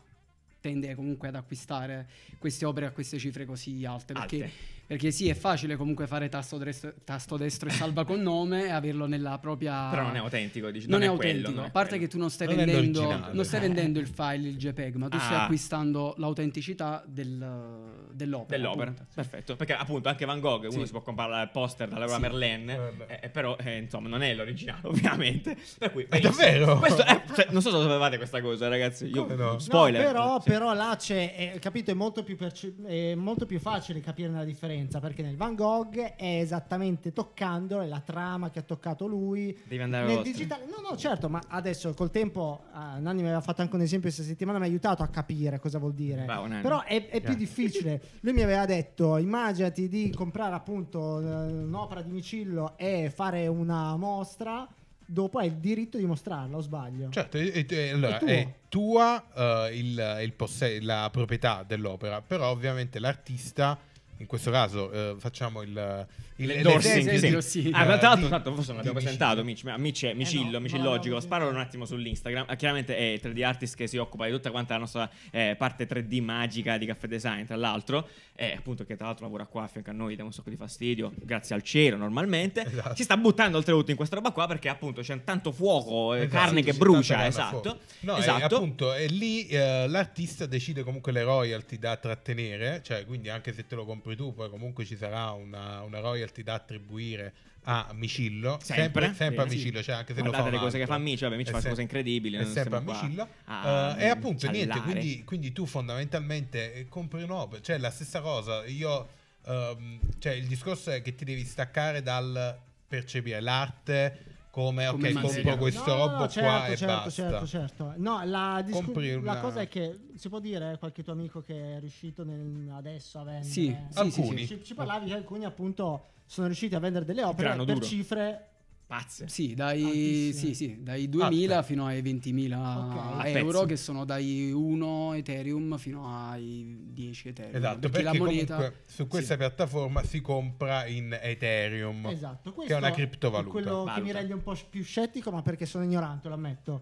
[SPEAKER 10] tende comunque ad acquistare queste opere a queste cifre così alte Eh, perché,
[SPEAKER 2] Alte.
[SPEAKER 10] perché sì è facile comunque fare tasto destro, tasto destro e salva con nome e averlo nella propria
[SPEAKER 2] Però non è autentico, dici,
[SPEAKER 10] Ah. non, è,
[SPEAKER 2] quello,
[SPEAKER 10] autentico
[SPEAKER 2] non è
[SPEAKER 10] a parte
[SPEAKER 2] quello.
[SPEAKER 10] che tu non stai
[SPEAKER 3] Non è
[SPEAKER 10] vendendo
[SPEAKER 3] l'originale.
[SPEAKER 10] non stai vendendo il file il JPEG ma tu stai
[SPEAKER 2] Ah.
[SPEAKER 10] acquistando l'autenticità del- dell'opera
[SPEAKER 2] dell'opera.
[SPEAKER 10] appunto.
[SPEAKER 2] Perfetto, perché appunto anche Van Gogh, uno
[SPEAKER 10] Sì.
[SPEAKER 2] si può comprare il poster dalla Laura
[SPEAKER 10] Sì.
[SPEAKER 2] Merlin,
[SPEAKER 3] Vabbè.
[SPEAKER 2] eh, però eh, insomma non è l'originale ovviamente. Per cui,
[SPEAKER 3] È
[SPEAKER 2] benissimo.
[SPEAKER 3] davvero?
[SPEAKER 2] Questo è- cioè, non so se lo sapevate questa cosa ragazzi, io,
[SPEAKER 3] Come no?
[SPEAKER 2] spoiler.
[SPEAKER 4] No, Eh però, eh,
[SPEAKER 2] Sì.
[SPEAKER 4] però là c'è, è, capito, è molto, più perce- è molto più facile capire la differenza perché nel Van Gogh è esattamente toccando è la trama che ha toccato lui
[SPEAKER 2] Devi andare
[SPEAKER 4] nel
[SPEAKER 2] oltre.
[SPEAKER 4] digitale no no certo ma adesso col tempo ah, Nanni mi aveva fatto anche un esempio questa settimana mi ha aiutato a capire cosa vuol dire
[SPEAKER 2] Bravo, Nanni.
[SPEAKER 4] però è, è più
[SPEAKER 2] Grazie.
[SPEAKER 4] difficile lui mi aveva detto immaginati di comprare appunto eh, un'opera di Micillo e fare una mostra dopo hai il diritto di mostrarla o sbaglio
[SPEAKER 3] Certo, e- e- e- allora,
[SPEAKER 4] È
[SPEAKER 3] è
[SPEAKER 4] tuo.
[SPEAKER 3] tua eh, il- il posse- la proprietà dell'opera, però ovviamente l'artista, in questo caso eh, facciamo il... il
[SPEAKER 2] L'endorsing,
[SPEAKER 3] l'esempio
[SPEAKER 2] sì.
[SPEAKER 3] di-
[SPEAKER 2] Ah, ma
[SPEAKER 3] eh,
[SPEAKER 2] tra l'altro,
[SPEAKER 3] di-
[SPEAKER 2] tanto forse non l'abbiamo
[SPEAKER 3] di-
[SPEAKER 2] presentato. Mic, ma Mic è Micillo,
[SPEAKER 4] Eh, no,
[SPEAKER 2] Micillogico.
[SPEAKER 4] no, no,
[SPEAKER 2] Sparalo un attimo sull'Instagram. Ah, chiaramente è il 3D artist che si occupa di tutta quanta la nostra eh, parte 3D magica di Caffè Design, tra l'altro. Eh, appunto, che tra l'altro lavora qua a fianco a noi, dà un sacco di fastidio, grazie al cielo normalmente.
[SPEAKER 3] Esatto.
[SPEAKER 2] Si sta buttando oltretutto in questa roba qua perché appunto c'è tanto fuoco, eh,
[SPEAKER 3] Esatto,
[SPEAKER 2] carne
[SPEAKER 3] sì,
[SPEAKER 2] che
[SPEAKER 3] sì,
[SPEAKER 2] brucia,
[SPEAKER 3] tanta
[SPEAKER 2] esatto.
[SPEAKER 3] carne fuori. No, e
[SPEAKER 2] esatto.
[SPEAKER 3] appunto, e lì eh, l'artista decide comunque le royalty da trattenere, cioè quindi anche se te lo compri tu, poi comunque ci sarà una, una royalty da attribuire a Micillo, sempre, sempre, a
[SPEAKER 2] sì.
[SPEAKER 3] Micillo, cioè anche se
[SPEAKER 2] Guardate
[SPEAKER 3] lo fa
[SPEAKER 2] le
[SPEAKER 3] un
[SPEAKER 2] cose che
[SPEAKER 3] altro.
[SPEAKER 2] fa Mic, vabbè, Mic
[SPEAKER 3] È
[SPEAKER 2] fa
[SPEAKER 3] sem-
[SPEAKER 2] cose incredibili,
[SPEAKER 3] È
[SPEAKER 2] non
[SPEAKER 3] sempre a
[SPEAKER 2] stiamo qua
[SPEAKER 3] Micillo.
[SPEAKER 2] a,
[SPEAKER 3] Eh, e appunto, niente,
[SPEAKER 2] ciallare.
[SPEAKER 3] quindi, quindi tu fondamentalmente eh, compri un'opera, cioè la stessa cosa, io, ehm, cioè il discorso è che ti devi staccare dal percepire l'arte come,
[SPEAKER 10] Come
[SPEAKER 3] ok,
[SPEAKER 10] materia.
[SPEAKER 3] compro questo
[SPEAKER 4] No, no,
[SPEAKER 3] roba
[SPEAKER 4] certo,
[SPEAKER 3] qua e
[SPEAKER 4] certo,
[SPEAKER 3] basta.
[SPEAKER 4] certo, certo. No, la, discu-
[SPEAKER 3] Compri una-
[SPEAKER 4] la cosa è che si può dire eh, qualche tuo amico che è riuscito nel- adesso a vendere.
[SPEAKER 10] Sì, sì, sì,
[SPEAKER 3] Alcuni.
[SPEAKER 10] sì.
[SPEAKER 4] Ci, ci parlavi che alcuni appunto sono riusciti a vendere delle opere
[SPEAKER 2] Tirano
[SPEAKER 4] per
[SPEAKER 2] duro.
[SPEAKER 4] cifre.
[SPEAKER 2] Pazze.
[SPEAKER 10] Sì, dai,
[SPEAKER 4] Tantissime.
[SPEAKER 10] sì, sì, dai 2000 fino ai 20.000
[SPEAKER 4] Ok.
[SPEAKER 2] A
[SPEAKER 10] euro,
[SPEAKER 2] pezzo.
[SPEAKER 10] che sono dai 1 Ethereum fino ai 10 Ethereum.
[SPEAKER 3] Esatto, perché,
[SPEAKER 10] perché, la moneta
[SPEAKER 3] comunque su questa piattaforma si compra in Ethereum.
[SPEAKER 4] Esatto, questo
[SPEAKER 3] una criptovaluta.
[SPEAKER 4] quello che mi
[SPEAKER 2] Valuta.
[SPEAKER 4] rende un po' più scettico, ma perché sono ignorante, lo ammetto.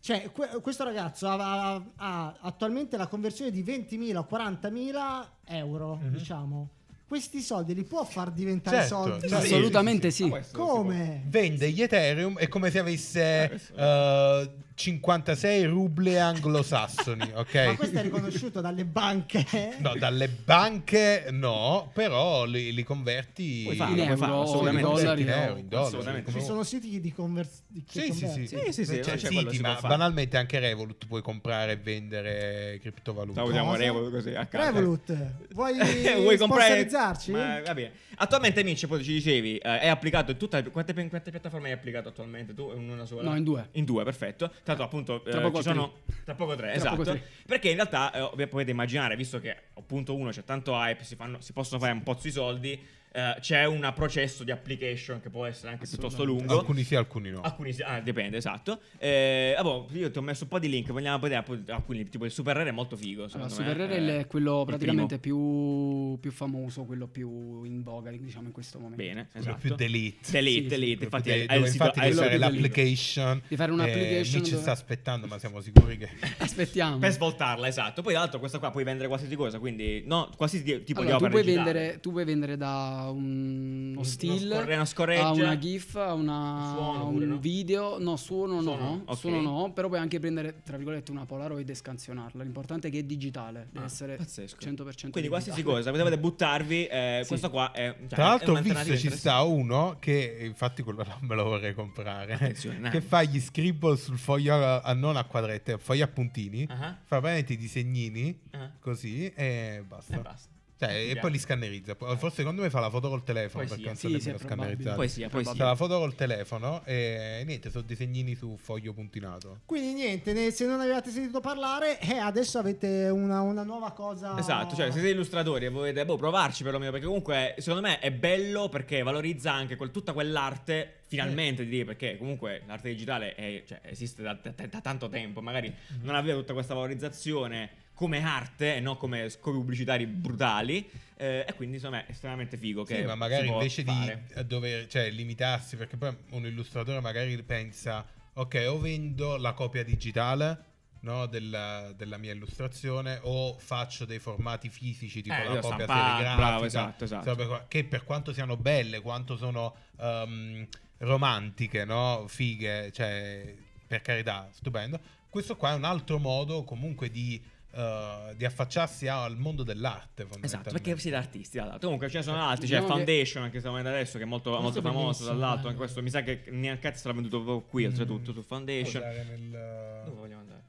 [SPEAKER 4] Cioè, que- questo ragazzo ha, ha- ha attualmente la conversione di 20.000 o 40.000 euro,
[SPEAKER 3] Mhm.
[SPEAKER 4] diciamo. Questi soldi li può far diventare
[SPEAKER 3] Certo,
[SPEAKER 4] soldi?
[SPEAKER 3] certo.
[SPEAKER 10] Assolutamente sì.
[SPEAKER 4] Come?
[SPEAKER 3] Vende gli Ethereum è come se avesse eh, 56 ruble anglosassoni,
[SPEAKER 4] Ma questo è
[SPEAKER 3] ok?
[SPEAKER 4] riconosciuto dalle banche.
[SPEAKER 3] No, dalle banche no, però li, li converti
[SPEAKER 2] Puoi
[SPEAKER 10] In
[SPEAKER 2] farlo, puoi
[SPEAKER 10] euro,
[SPEAKER 2] farlo,
[SPEAKER 10] o in
[SPEAKER 2] assolutamente.
[SPEAKER 10] dollari,
[SPEAKER 3] in
[SPEAKER 10] no.
[SPEAKER 3] euro, in dollari,
[SPEAKER 2] Assolutamente.
[SPEAKER 4] Ci
[SPEAKER 3] come
[SPEAKER 4] sono siti di conversione.
[SPEAKER 3] Sì, sì, sì,
[SPEAKER 2] Sì, sì, sì,
[SPEAKER 3] Cioè,
[SPEAKER 2] cioè, quello
[SPEAKER 3] siti,
[SPEAKER 2] si
[SPEAKER 3] ma
[SPEAKER 2] può fare.
[SPEAKER 3] banalmente anche Revolut puoi comprare e vendere criptovalute.
[SPEAKER 2] Salutiamo Revolut così a caso.
[SPEAKER 4] Revolut, vuoi,
[SPEAKER 2] Vuoi comprare?
[SPEAKER 4] sponsorizzarci?
[SPEAKER 2] Ma, va bene. Attualmente, Amici, poi ci dicevi, eh, è applicato in tutte quante, in quante piattaforme è applicato attualmente? Tu in una sola?
[SPEAKER 10] No, in due.
[SPEAKER 2] In due, perfetto. Tanto appunto eh,
[SPEAKER 10] Tra poco
[SPEAKER 2] ci
[SPEAKER 10] tre.
[SPEAKER 2] sono tra poco tre,
[SPEAKER 10] Tra
[SPEAKER 2] esatto.
[SPEAKER 10] poco tre.
[SPEAKER 2] Perché in realtà eh, ovvi- potete immaginare, visto che appunto uno c'è tanto hype, si, fanno- si possono fare un pozzo di soldi. eh, c'è un processo di application che può essere anche piuttosto lungo.
[SPEAKER 3] Alcuni sì, alcuni no.
[SPEAKER 2] Alcuni sì, ah, dipende, esatto. Eh, ah, boh, io ti ho messo un po' di link, vogliamo vedere appunto, alcuni, tipo il Super Rare è molto figo.
[SPEAKER 10] Allora,
[SPEAKER 2] secondo
[SPEAKER 10] Super
[SPEAKER 2] me.
[SPEAKER 10] Rare
[SPEAKER 2] Eh,
[SPEAKER 10] è quello
[SPEAKER 2] il
[SPEAKER 10] praticamente più, più famoso, quello più in voga, diciamo, in questo momento.
[SPEAKER 2] primo. Bene,
[SPEAKER 3] Quello
[SPEAKER 2] esatto.
[SPEAKER 3] più delete.
[SPEAKER 2] Delete,
[SPEAKER 10] Sì,
[SPEAKER 2] delete,
[SPEAKER 3] Proprio
[SPEAKER 2] infatti,
[SPEAKER 3] dove-
[SPEAKER 2] hai il
[SPEAKER 3] dove
[SPEAKER 2] sito,
[SPEAKER 3] infatti
[SPEAKER 2] hai
[SPEAKER 3] devi
[SPEAKER 2] il
[SPEAKER 3] fare
[SPEAKER 2] sito-
[SPEAKER 10] quello delete.
[SPEAKER 3] l'application
[SPEAKER 10] Devi fare
[SPEAKER 3] eh,
[SPEAKER 10] un'application
[SPEAKER 3] mi ci
[SPEAKER 10] dove-
[SPEAKER 3] sta aspettando ma siamo sicuri che
[SPEAKER 2] Cioè,
[SPEAKER 10] Aspettiamo.
[SPEAKER 2] per svoltarla, esatto. Poi, tra l'altro, questa qua puoi vendere qualsiasi cosa, quindi no, qualsiasi di- tipo
[SPEAKER 10] Allora,
[SPEAKER 2] di
[SPEAKER 10] tu
[SPEAKER 2] opera.
[SPEAKER 10] puoi,
[SPEAKER 2] digitale.
[SPEAKER 10] vendere, tu puoi vendere da un- uno
[SPEAKER 2] Uno
[SPEAKER 10] still
[SPEAKER 2] scorre- una scorreggia.
[SPEAKER 10] a una GIF, a una-
[SPEAKER 2] Un suono
[SPEAKER 10] un
[SPEAKER 2] pure, no?
[SPEAKER 10] video. No, suono,
[SPEAKER 2] Suono,
[SPEAKER 10] no,
[SPEAKER 2] ok.
[SPEAKER 10] suono no, però puoi anche prendere, tra virgolette, una Polaroid e scansionarla. L'importante è che è digitale, deve
[SPEAKER 2] Ah,
[SPEAKER 10] essere
[SPEAKER 2] pazzesco.
[SPEAKER 10] 100%
[SPEAKER 2] Quindi, qualsiasi
[SPEAKER 10] digitale.
[SPEAKER 2] cosa, potete buttarvi. eh,
[SPEAKER 10] Sì.
[SPEAKER 2] Questo qua è. cioè,
[SPEAKER 3] Tra
[SPEAKER 2] è
[SPEAKER 3] l'altro ho
[SPEAKER 2] un'alternativa
[SPEAKER 3] visto ci
[SPEAKER 2] interessante.
[SPEAKER 3] sta uno che infatti quello là me lo vorrei comprare
[SPEAKER 2] Attenzione, Nanni.
[SPEAKER 3] che fa gli scribble sul foglio a, a- non a quadrette, foglio a puntini,
[SPEAKER 2] Ah.
[SPEAKER 3] fa veramente i disegnini
[SPEAKER 2] Ah.
[SPEAKER 3] così e basta.
[SPEAKER 2] E basta.
[SPEAKER 3] Cioè, e
[SPEAKER 2] Andiamo.
[SPEAKER 3] poi li scannerizza. Poi- Forse secondo me fa la foto col telefono
[SPEAKER 2] Poesia.
[SPEAKER 3] perché non
[SPEAKER 10] Sì,
[SPEAKER 3] sarebbe
[SPEAKER 10] sì, è
[SPEAKER 3] da
[SPEAKER 10] probabile.
[SPEAKER 3] scannerizzare. Cioè,
[SPEAKER 2] Poesia,
[SPEAKER 3] Fa
[SPEAKER 2] poesia.
[SPEAKER 3] la foto col telefono e niente, sono disegnini su foglio puntinato.
[SPEAKER 4] Quindi niente, ne- se non avevate sentito parlare, eh, adesso avete una, una nuova cosa.
[SPEAKER 2] Esatto,
[SPEAKER 3] Ah.
[SPEAKER 2] cioè se siete illustratori e volete boh, provarci perlomeno, perché comunque secondo me è bello perché valorizza anche quel- tutta quell'arte, finalmente
[SPEAKER 3] Eh.
[SPEAKER 2] direi, perché comunque l'arte digitale è- cioè, esiste da, da- da tanto tempo, magari
[SPEAKER 3] Mhm.
[SPEAKER 2] non aveva tutta questa valorizzazione come arte e non come scopi pubblicitari brutali, eh, e quindi secondo me è estremamente figo che...
[SPEAKER 3] Sì, ma
[SPEAKER 2] si
[SPEAKER 3] magari
[SPEAKER 2] può
[SPEAKER 3] invece
[SPEAKER 2] fare.
[SPEAKER 3] di dover cioè, limitarsi, perché poi un illustratore magari pensa, ok, o vendo la copia digitale no, della, della mia illustrazione o faccio dei formati fisici tipo
[SPEAKER 2] Eh,
[SPEAKER 3] la
[SPEAKER 2] io
[SPEAKER 3] copia
[SPEAKER 2] stampare,
[SPEAKER 3] serigrafica,
[SPEAKER 2] bravo, esatto, esatto.
[SPEAKER 3] sai, per- che per quanto siano belle, quanto sono ehm, romantiche, no, fighe, cioè, per carità, stupendo. Questo qua è un altro modo comunque di, eh, di affacciarsi al mondo dell'arte.
[SPEAKER 2] Esatto,
[SPEAKER 3] fondamentalmente.
[SPEAKER 2] perché siete artisti dall'altro. Comunque ce ne sono altri, c'è
[SPEAKER 10] Diciamo che-
[SPEAKER 2] Foundation anche stiamo vedendo adesso che è molto, molto
[SPEAKER 4] Questo è
[SPEAKER 2] famoso
[SPEAKER 4] bellissimo,
[SPEAKER 2] dall'altro,
[SPEAKER 4] eh.
[SPEAKER 2] anche questo mi sa che neanche sarà venduto proprio qui, oltretutto su Foundation.
[SPEAKER 3] Usare nel-
[SPEAKER 2] Dove vogliamo andare?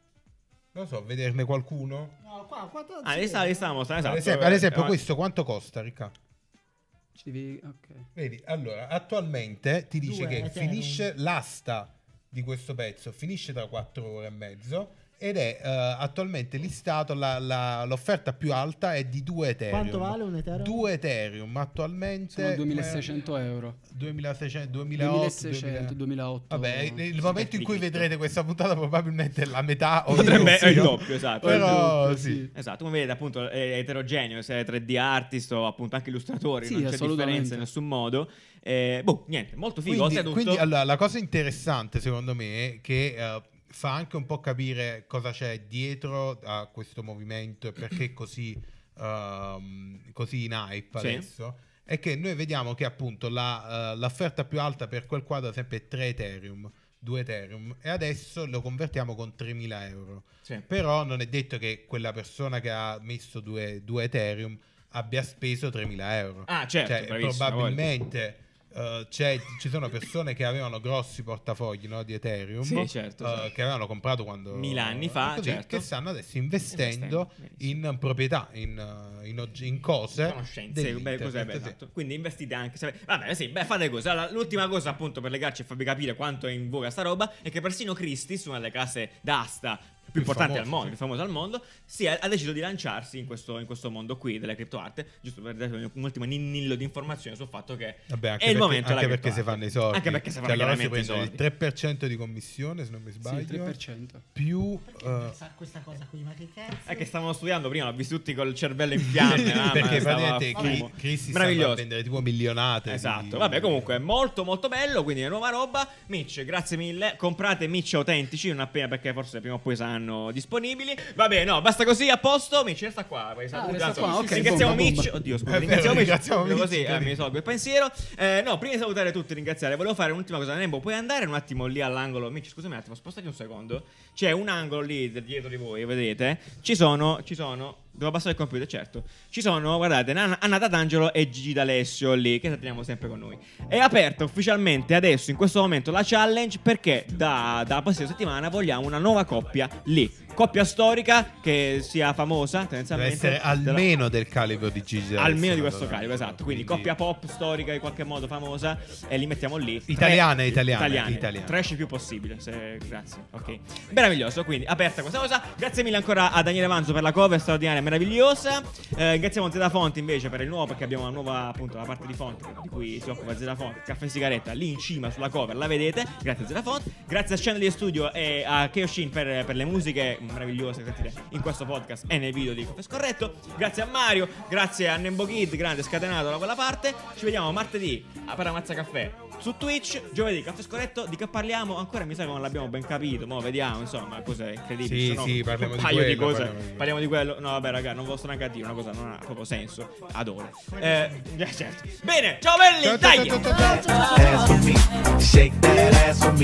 [SPEAKER 3] Non lo so, vederne qualcuno.
[SPEAKER 4] No, qua, qua
[SPEAKER 2] Ah, lì sta, lì stavamo, sta-
[SPEAKER 3] Ad
[SPEAKER 2] esatto.
[SPEAKER 3] esempio, ad esempio,
[SPEAKER 2] Eh,
[SPEAKER 3] questo quanto costa, Ricca?
[SPEAKER 10] Ci devi... Ok.
[SPEAKER 3] Vedi, allora, attualmente ti dice
[SPEAKER 10] Due,
[SPEAKER 3] che
[SPEAKER 10] Ethereum.
[SPEAKER 3] finisce l'asta di questo pezzo, finisce tra 4 ore e mezzo ed è eh, attualmente listato, la- la- l'offerta più alta è di 2 Ethereum.
[SPEAKER 4] Quanto vale un Ethereum?
[SPEAKER 3] 2 Ethereum attualmente... Eh,
[SPEAKER 10] Sono 2600 euro.
[SPEAKER 3] 2600, 2008,
[SPEAKER 10] 2600, 2008.
[SPEAKER 3] Vabbè, il momento in cui vedrete questa puntata probabilmente è la metà o il
[SPEAKER 2] Potrebbe
[SPEAKER 3] doppio.
[SPEAKER 2] è il doppio, esatto.
[SPEAKER 3] Però
[SPEAKER 2] È il doppio,
[SPEAKER 3] sì.
[SPEAKER 2] Esatto, come vedete appunto è eterogeneo, se è 3D artist o appunto anche illustratori,
[SPEAKER 10] Sì,
[SPEAKER 2] non c'è
[SPEAKER 10] assolutamente.
[SPEAKER 2] differenza in nessun modo. Eh, boh, niente, molto figo.
[SPEAKER 3] Quindi,
[SPEAKER 2] oltretutto-
[SPEAKER 3] quindi, allora, la cosa interessante secondo me è che eh, fa anche un po' capire cosa c'è dietro a questo movimento e perché è così, ehm, così in hype
[SPEAKER 2] Sì.
[SPEAKER 3] adesso. È che noi vediamo che appunto la, eh, l'offerta più alta per quel quadro, ad esempio, è 3 Ethereum, 2 Ethereum, e adesso lo convertiamo con 3.000 euro.
[SPEAKER 2] Sì.
[SPEAKER 3] Però non è detto che quella persona che ha messo 2 Ethereum abbia speso 3.000 euro.
[SPEAKER 2] Ah, certo,
[SPEAKER 3] Cioè,
[SPEAKER 2] bravissimo,
[SPEAKER 3] probabilmente eh, c'è- ci sono persone che avevano grossi portafogli no, di Ethereum
[SPEAKER 2] Sì, certo,
[SPEAKER 3] eh,
[SPEAKER 2] sì.
[SPEAKER 3] che avevano comprato quando
[SPEAKER 2] Mila anni fa,
[SPEAKER 3] così,
[SPEAKER 2] certo.
[SPEAKER 3] che stanno adesso investendo,
[SPEAKER 2] Investendo,
[SPEAKER 3] in proprietà, in, eh, in oggi- in cose.
[SPEAKER 2] conoscenze, beh,
[SPEAKER 3] dell'internet,
[SPEAKER 2] cos'è, beh,
[SPEAKER 3] sì.
[SPEAKER 2] esatto. Quindi investite anche. se- Vabbè, sì, beh, fate così. Allora, l'ultima cosa, appunto, per legarci e farvi capire quanto è in voga sta roba, è che persino Christie's, una delle case d'asta più
[SPEAKER 3] Più
[SPEAKER 2] importanti
[SPEAKER 3] famose,
[SPEAKER 2] al mondo,
[SPEAKER 3] sì.
[SPEAKER 2] più famose al mondo, si è- ha deciso di lanciarsi in questo, in questo mondo qui della criptoarte, giusto per dare un ultimo ninnillo di informazione sul fatto che
[SPEAKER 3] Vabbè, anche
[SPEAKER 2] è il
[SPEAKER 3] perché-
[SPEAKER 2] momento della
[SPEAKER 3] anche perché si
[SPEAKER 2] criptoarte.
[SPEAKER 3] fanno i soldi.
[SPEAKER 2] Anche perché si
[SPEAKER 3] Cioè,
[SPEAKER 2] fanno
[SPEAKER 3] allora si
[SPEAKER 2] chiaramente i
[SPEAKER 3] prendono
[SPEAKER 2] soldi.
[SPEAKER 3] il 3% di commissione, se non mi
[SPEAKER 10] Sì, il
[SPEAKER 3] sbaglio,
[SPEAKER 10] 3%.
[SPEAKER 3] più eh,
[SPEAKER 4] Sa questa cosa qui, ma che cazzo?
[SPEAKER 2] È che stavamo studiando prima, l'ho visto tutti col cervello in fiamme. mamma,
[SPEAKER 3] perché
[SPEAKER 2] stava
[SPEAKER 3] praticamente
[SPEAKER 2] a fumo.
[SPEAKER 3] Cri- Christie sta a
[SPEAKER 2] Meraviglioso.
[SPEAKER 3] vendere tipo milionate. di-
[SPEAKER 2] Esatto, vabbè comunque è molto molto bello, quindi è nuova roba. Mitch, grazie mille, comprate Mitch autentici, non appena perché forse prima o poi saranno disponibili. Vabbè, no, basta così, a posto. Mitch, resta qua. vai, saluta,
[SPEAKER 10] Ah, resta
[SPEAKER 2] insomma.
[SPEAKER 10] qua, ok,
[SPEAKER 2] Ringraziamo
[SPEAKER 10] bomba, bomba.
[SPEAKER 2] Mitch, oddio
[SPEAKER 3] È
[SPEAKER 2] scusa,
[SPEAKER 3] vero,
[SPEAKER 2] ringraziamo Mitch,
[SPEAKER 3] ringraziamo
[SPEAKER 2] proprio
[SPEAKER 3] Mitch,
[SPEAKER 2] così eh,
[SPEAKER 3] cari.
[SPEAKER 2] mi risolvo il pensiero. Eh, no, prima di salutare tutti, ringraziare, volevo fare un'ultima cosa, Nembo, puoi andare un attimo lì all'angolo, Mitch, scusami un attimo, spostati un secondo. C'è un angolo lì de- dietro di voi, vedete? Ci sono, ci sono. Devo abbassare il computer, certo. Ci sono, guardate, Anna, Anna D'Angelo e Gigi D'Alessio lì, che teniamo sempre con noi. È aperta ufficialmente adesso, in questo momento, la challenge perché da, dalla prossima settimana vogliamo una nuova coppia lì. Coppia storica che sia famosa,
[SPEAKER 3] Deve
[SPEAKER 2] tendenzialmente.
[SPEAKER 3] essere
[SPEAKER 2] della-
[SPEAKER 3] almeno del calibro di Gigi. D'Alessio,
[SPEAKER 2] almeno di questo
[SPEAKER 3] madonna.
[SPEAKER 2] calibro, esatto. Quindi, coppia pop storica in qualche modo famosa e li mettiamo lì.
[SPEAKER 3] Italiane,
[SPEAKER 2] Tre-
[SPEAKER 3] italiane,
[SPEAKER 2] italiane.
[SPEAKER 3] italiane.
[SPEAKER 2] Trash il più possibile, se- grazie. Ok. Meraviglioso, quindi aperta questa cosa. Grazie mille ancora a Daniele Manzo per la cover straordinaria e meravigliosa. Eh, grazie a Monte da Fonte invece per il nuovo perché abbiamo una nuova appunto la parte di Fonte di cui si occupa Zeta Fonte, caffè e sigaretta lì in cima sulla cover, la vedete. Grazie a Zeta Fonte. Grazie a Channel di Studio e a Keoshin per, per le musiche meravigliose che sentite in questo podcast e nei video di Caffè Scorretto. Grazie a Mario, grazie a Nembo Kid, grande scatenato da quella parte. Ci vediamo martedì a Paramazza Caffè su Twitch, giovedì Caffè Scorretto, di che parliamo ancora mi sa che non l'abbiamo ben capito, mo vediamo insomma cose incredibili,
[SPEAKER 3] Sì,
[SPEAKER 2] sono
[SPEAKER 3] sì, parliamo
[SPEAKER 2] un
[SPEAKER 3] di
[SPEAKER 2] paio
[SPEAKER 3] quello,
[SPEAKER 2] cose,
[SPEAKER 3] parliamo di quello.
[SPEAKER 2] parliamo di quello, no vabbè raga non posso neanche a dire una cosa, non ha proprio senso, ad ore. Eh, certo. Bene, ciao belli,
[SPEAKER 3] Ciao, ciao,
[SPEAKER 2] dai!
[SPEAKER 3] ciao, ciao, ciao.
[SPEAKER 1] Ass for me. Shake that ass for me.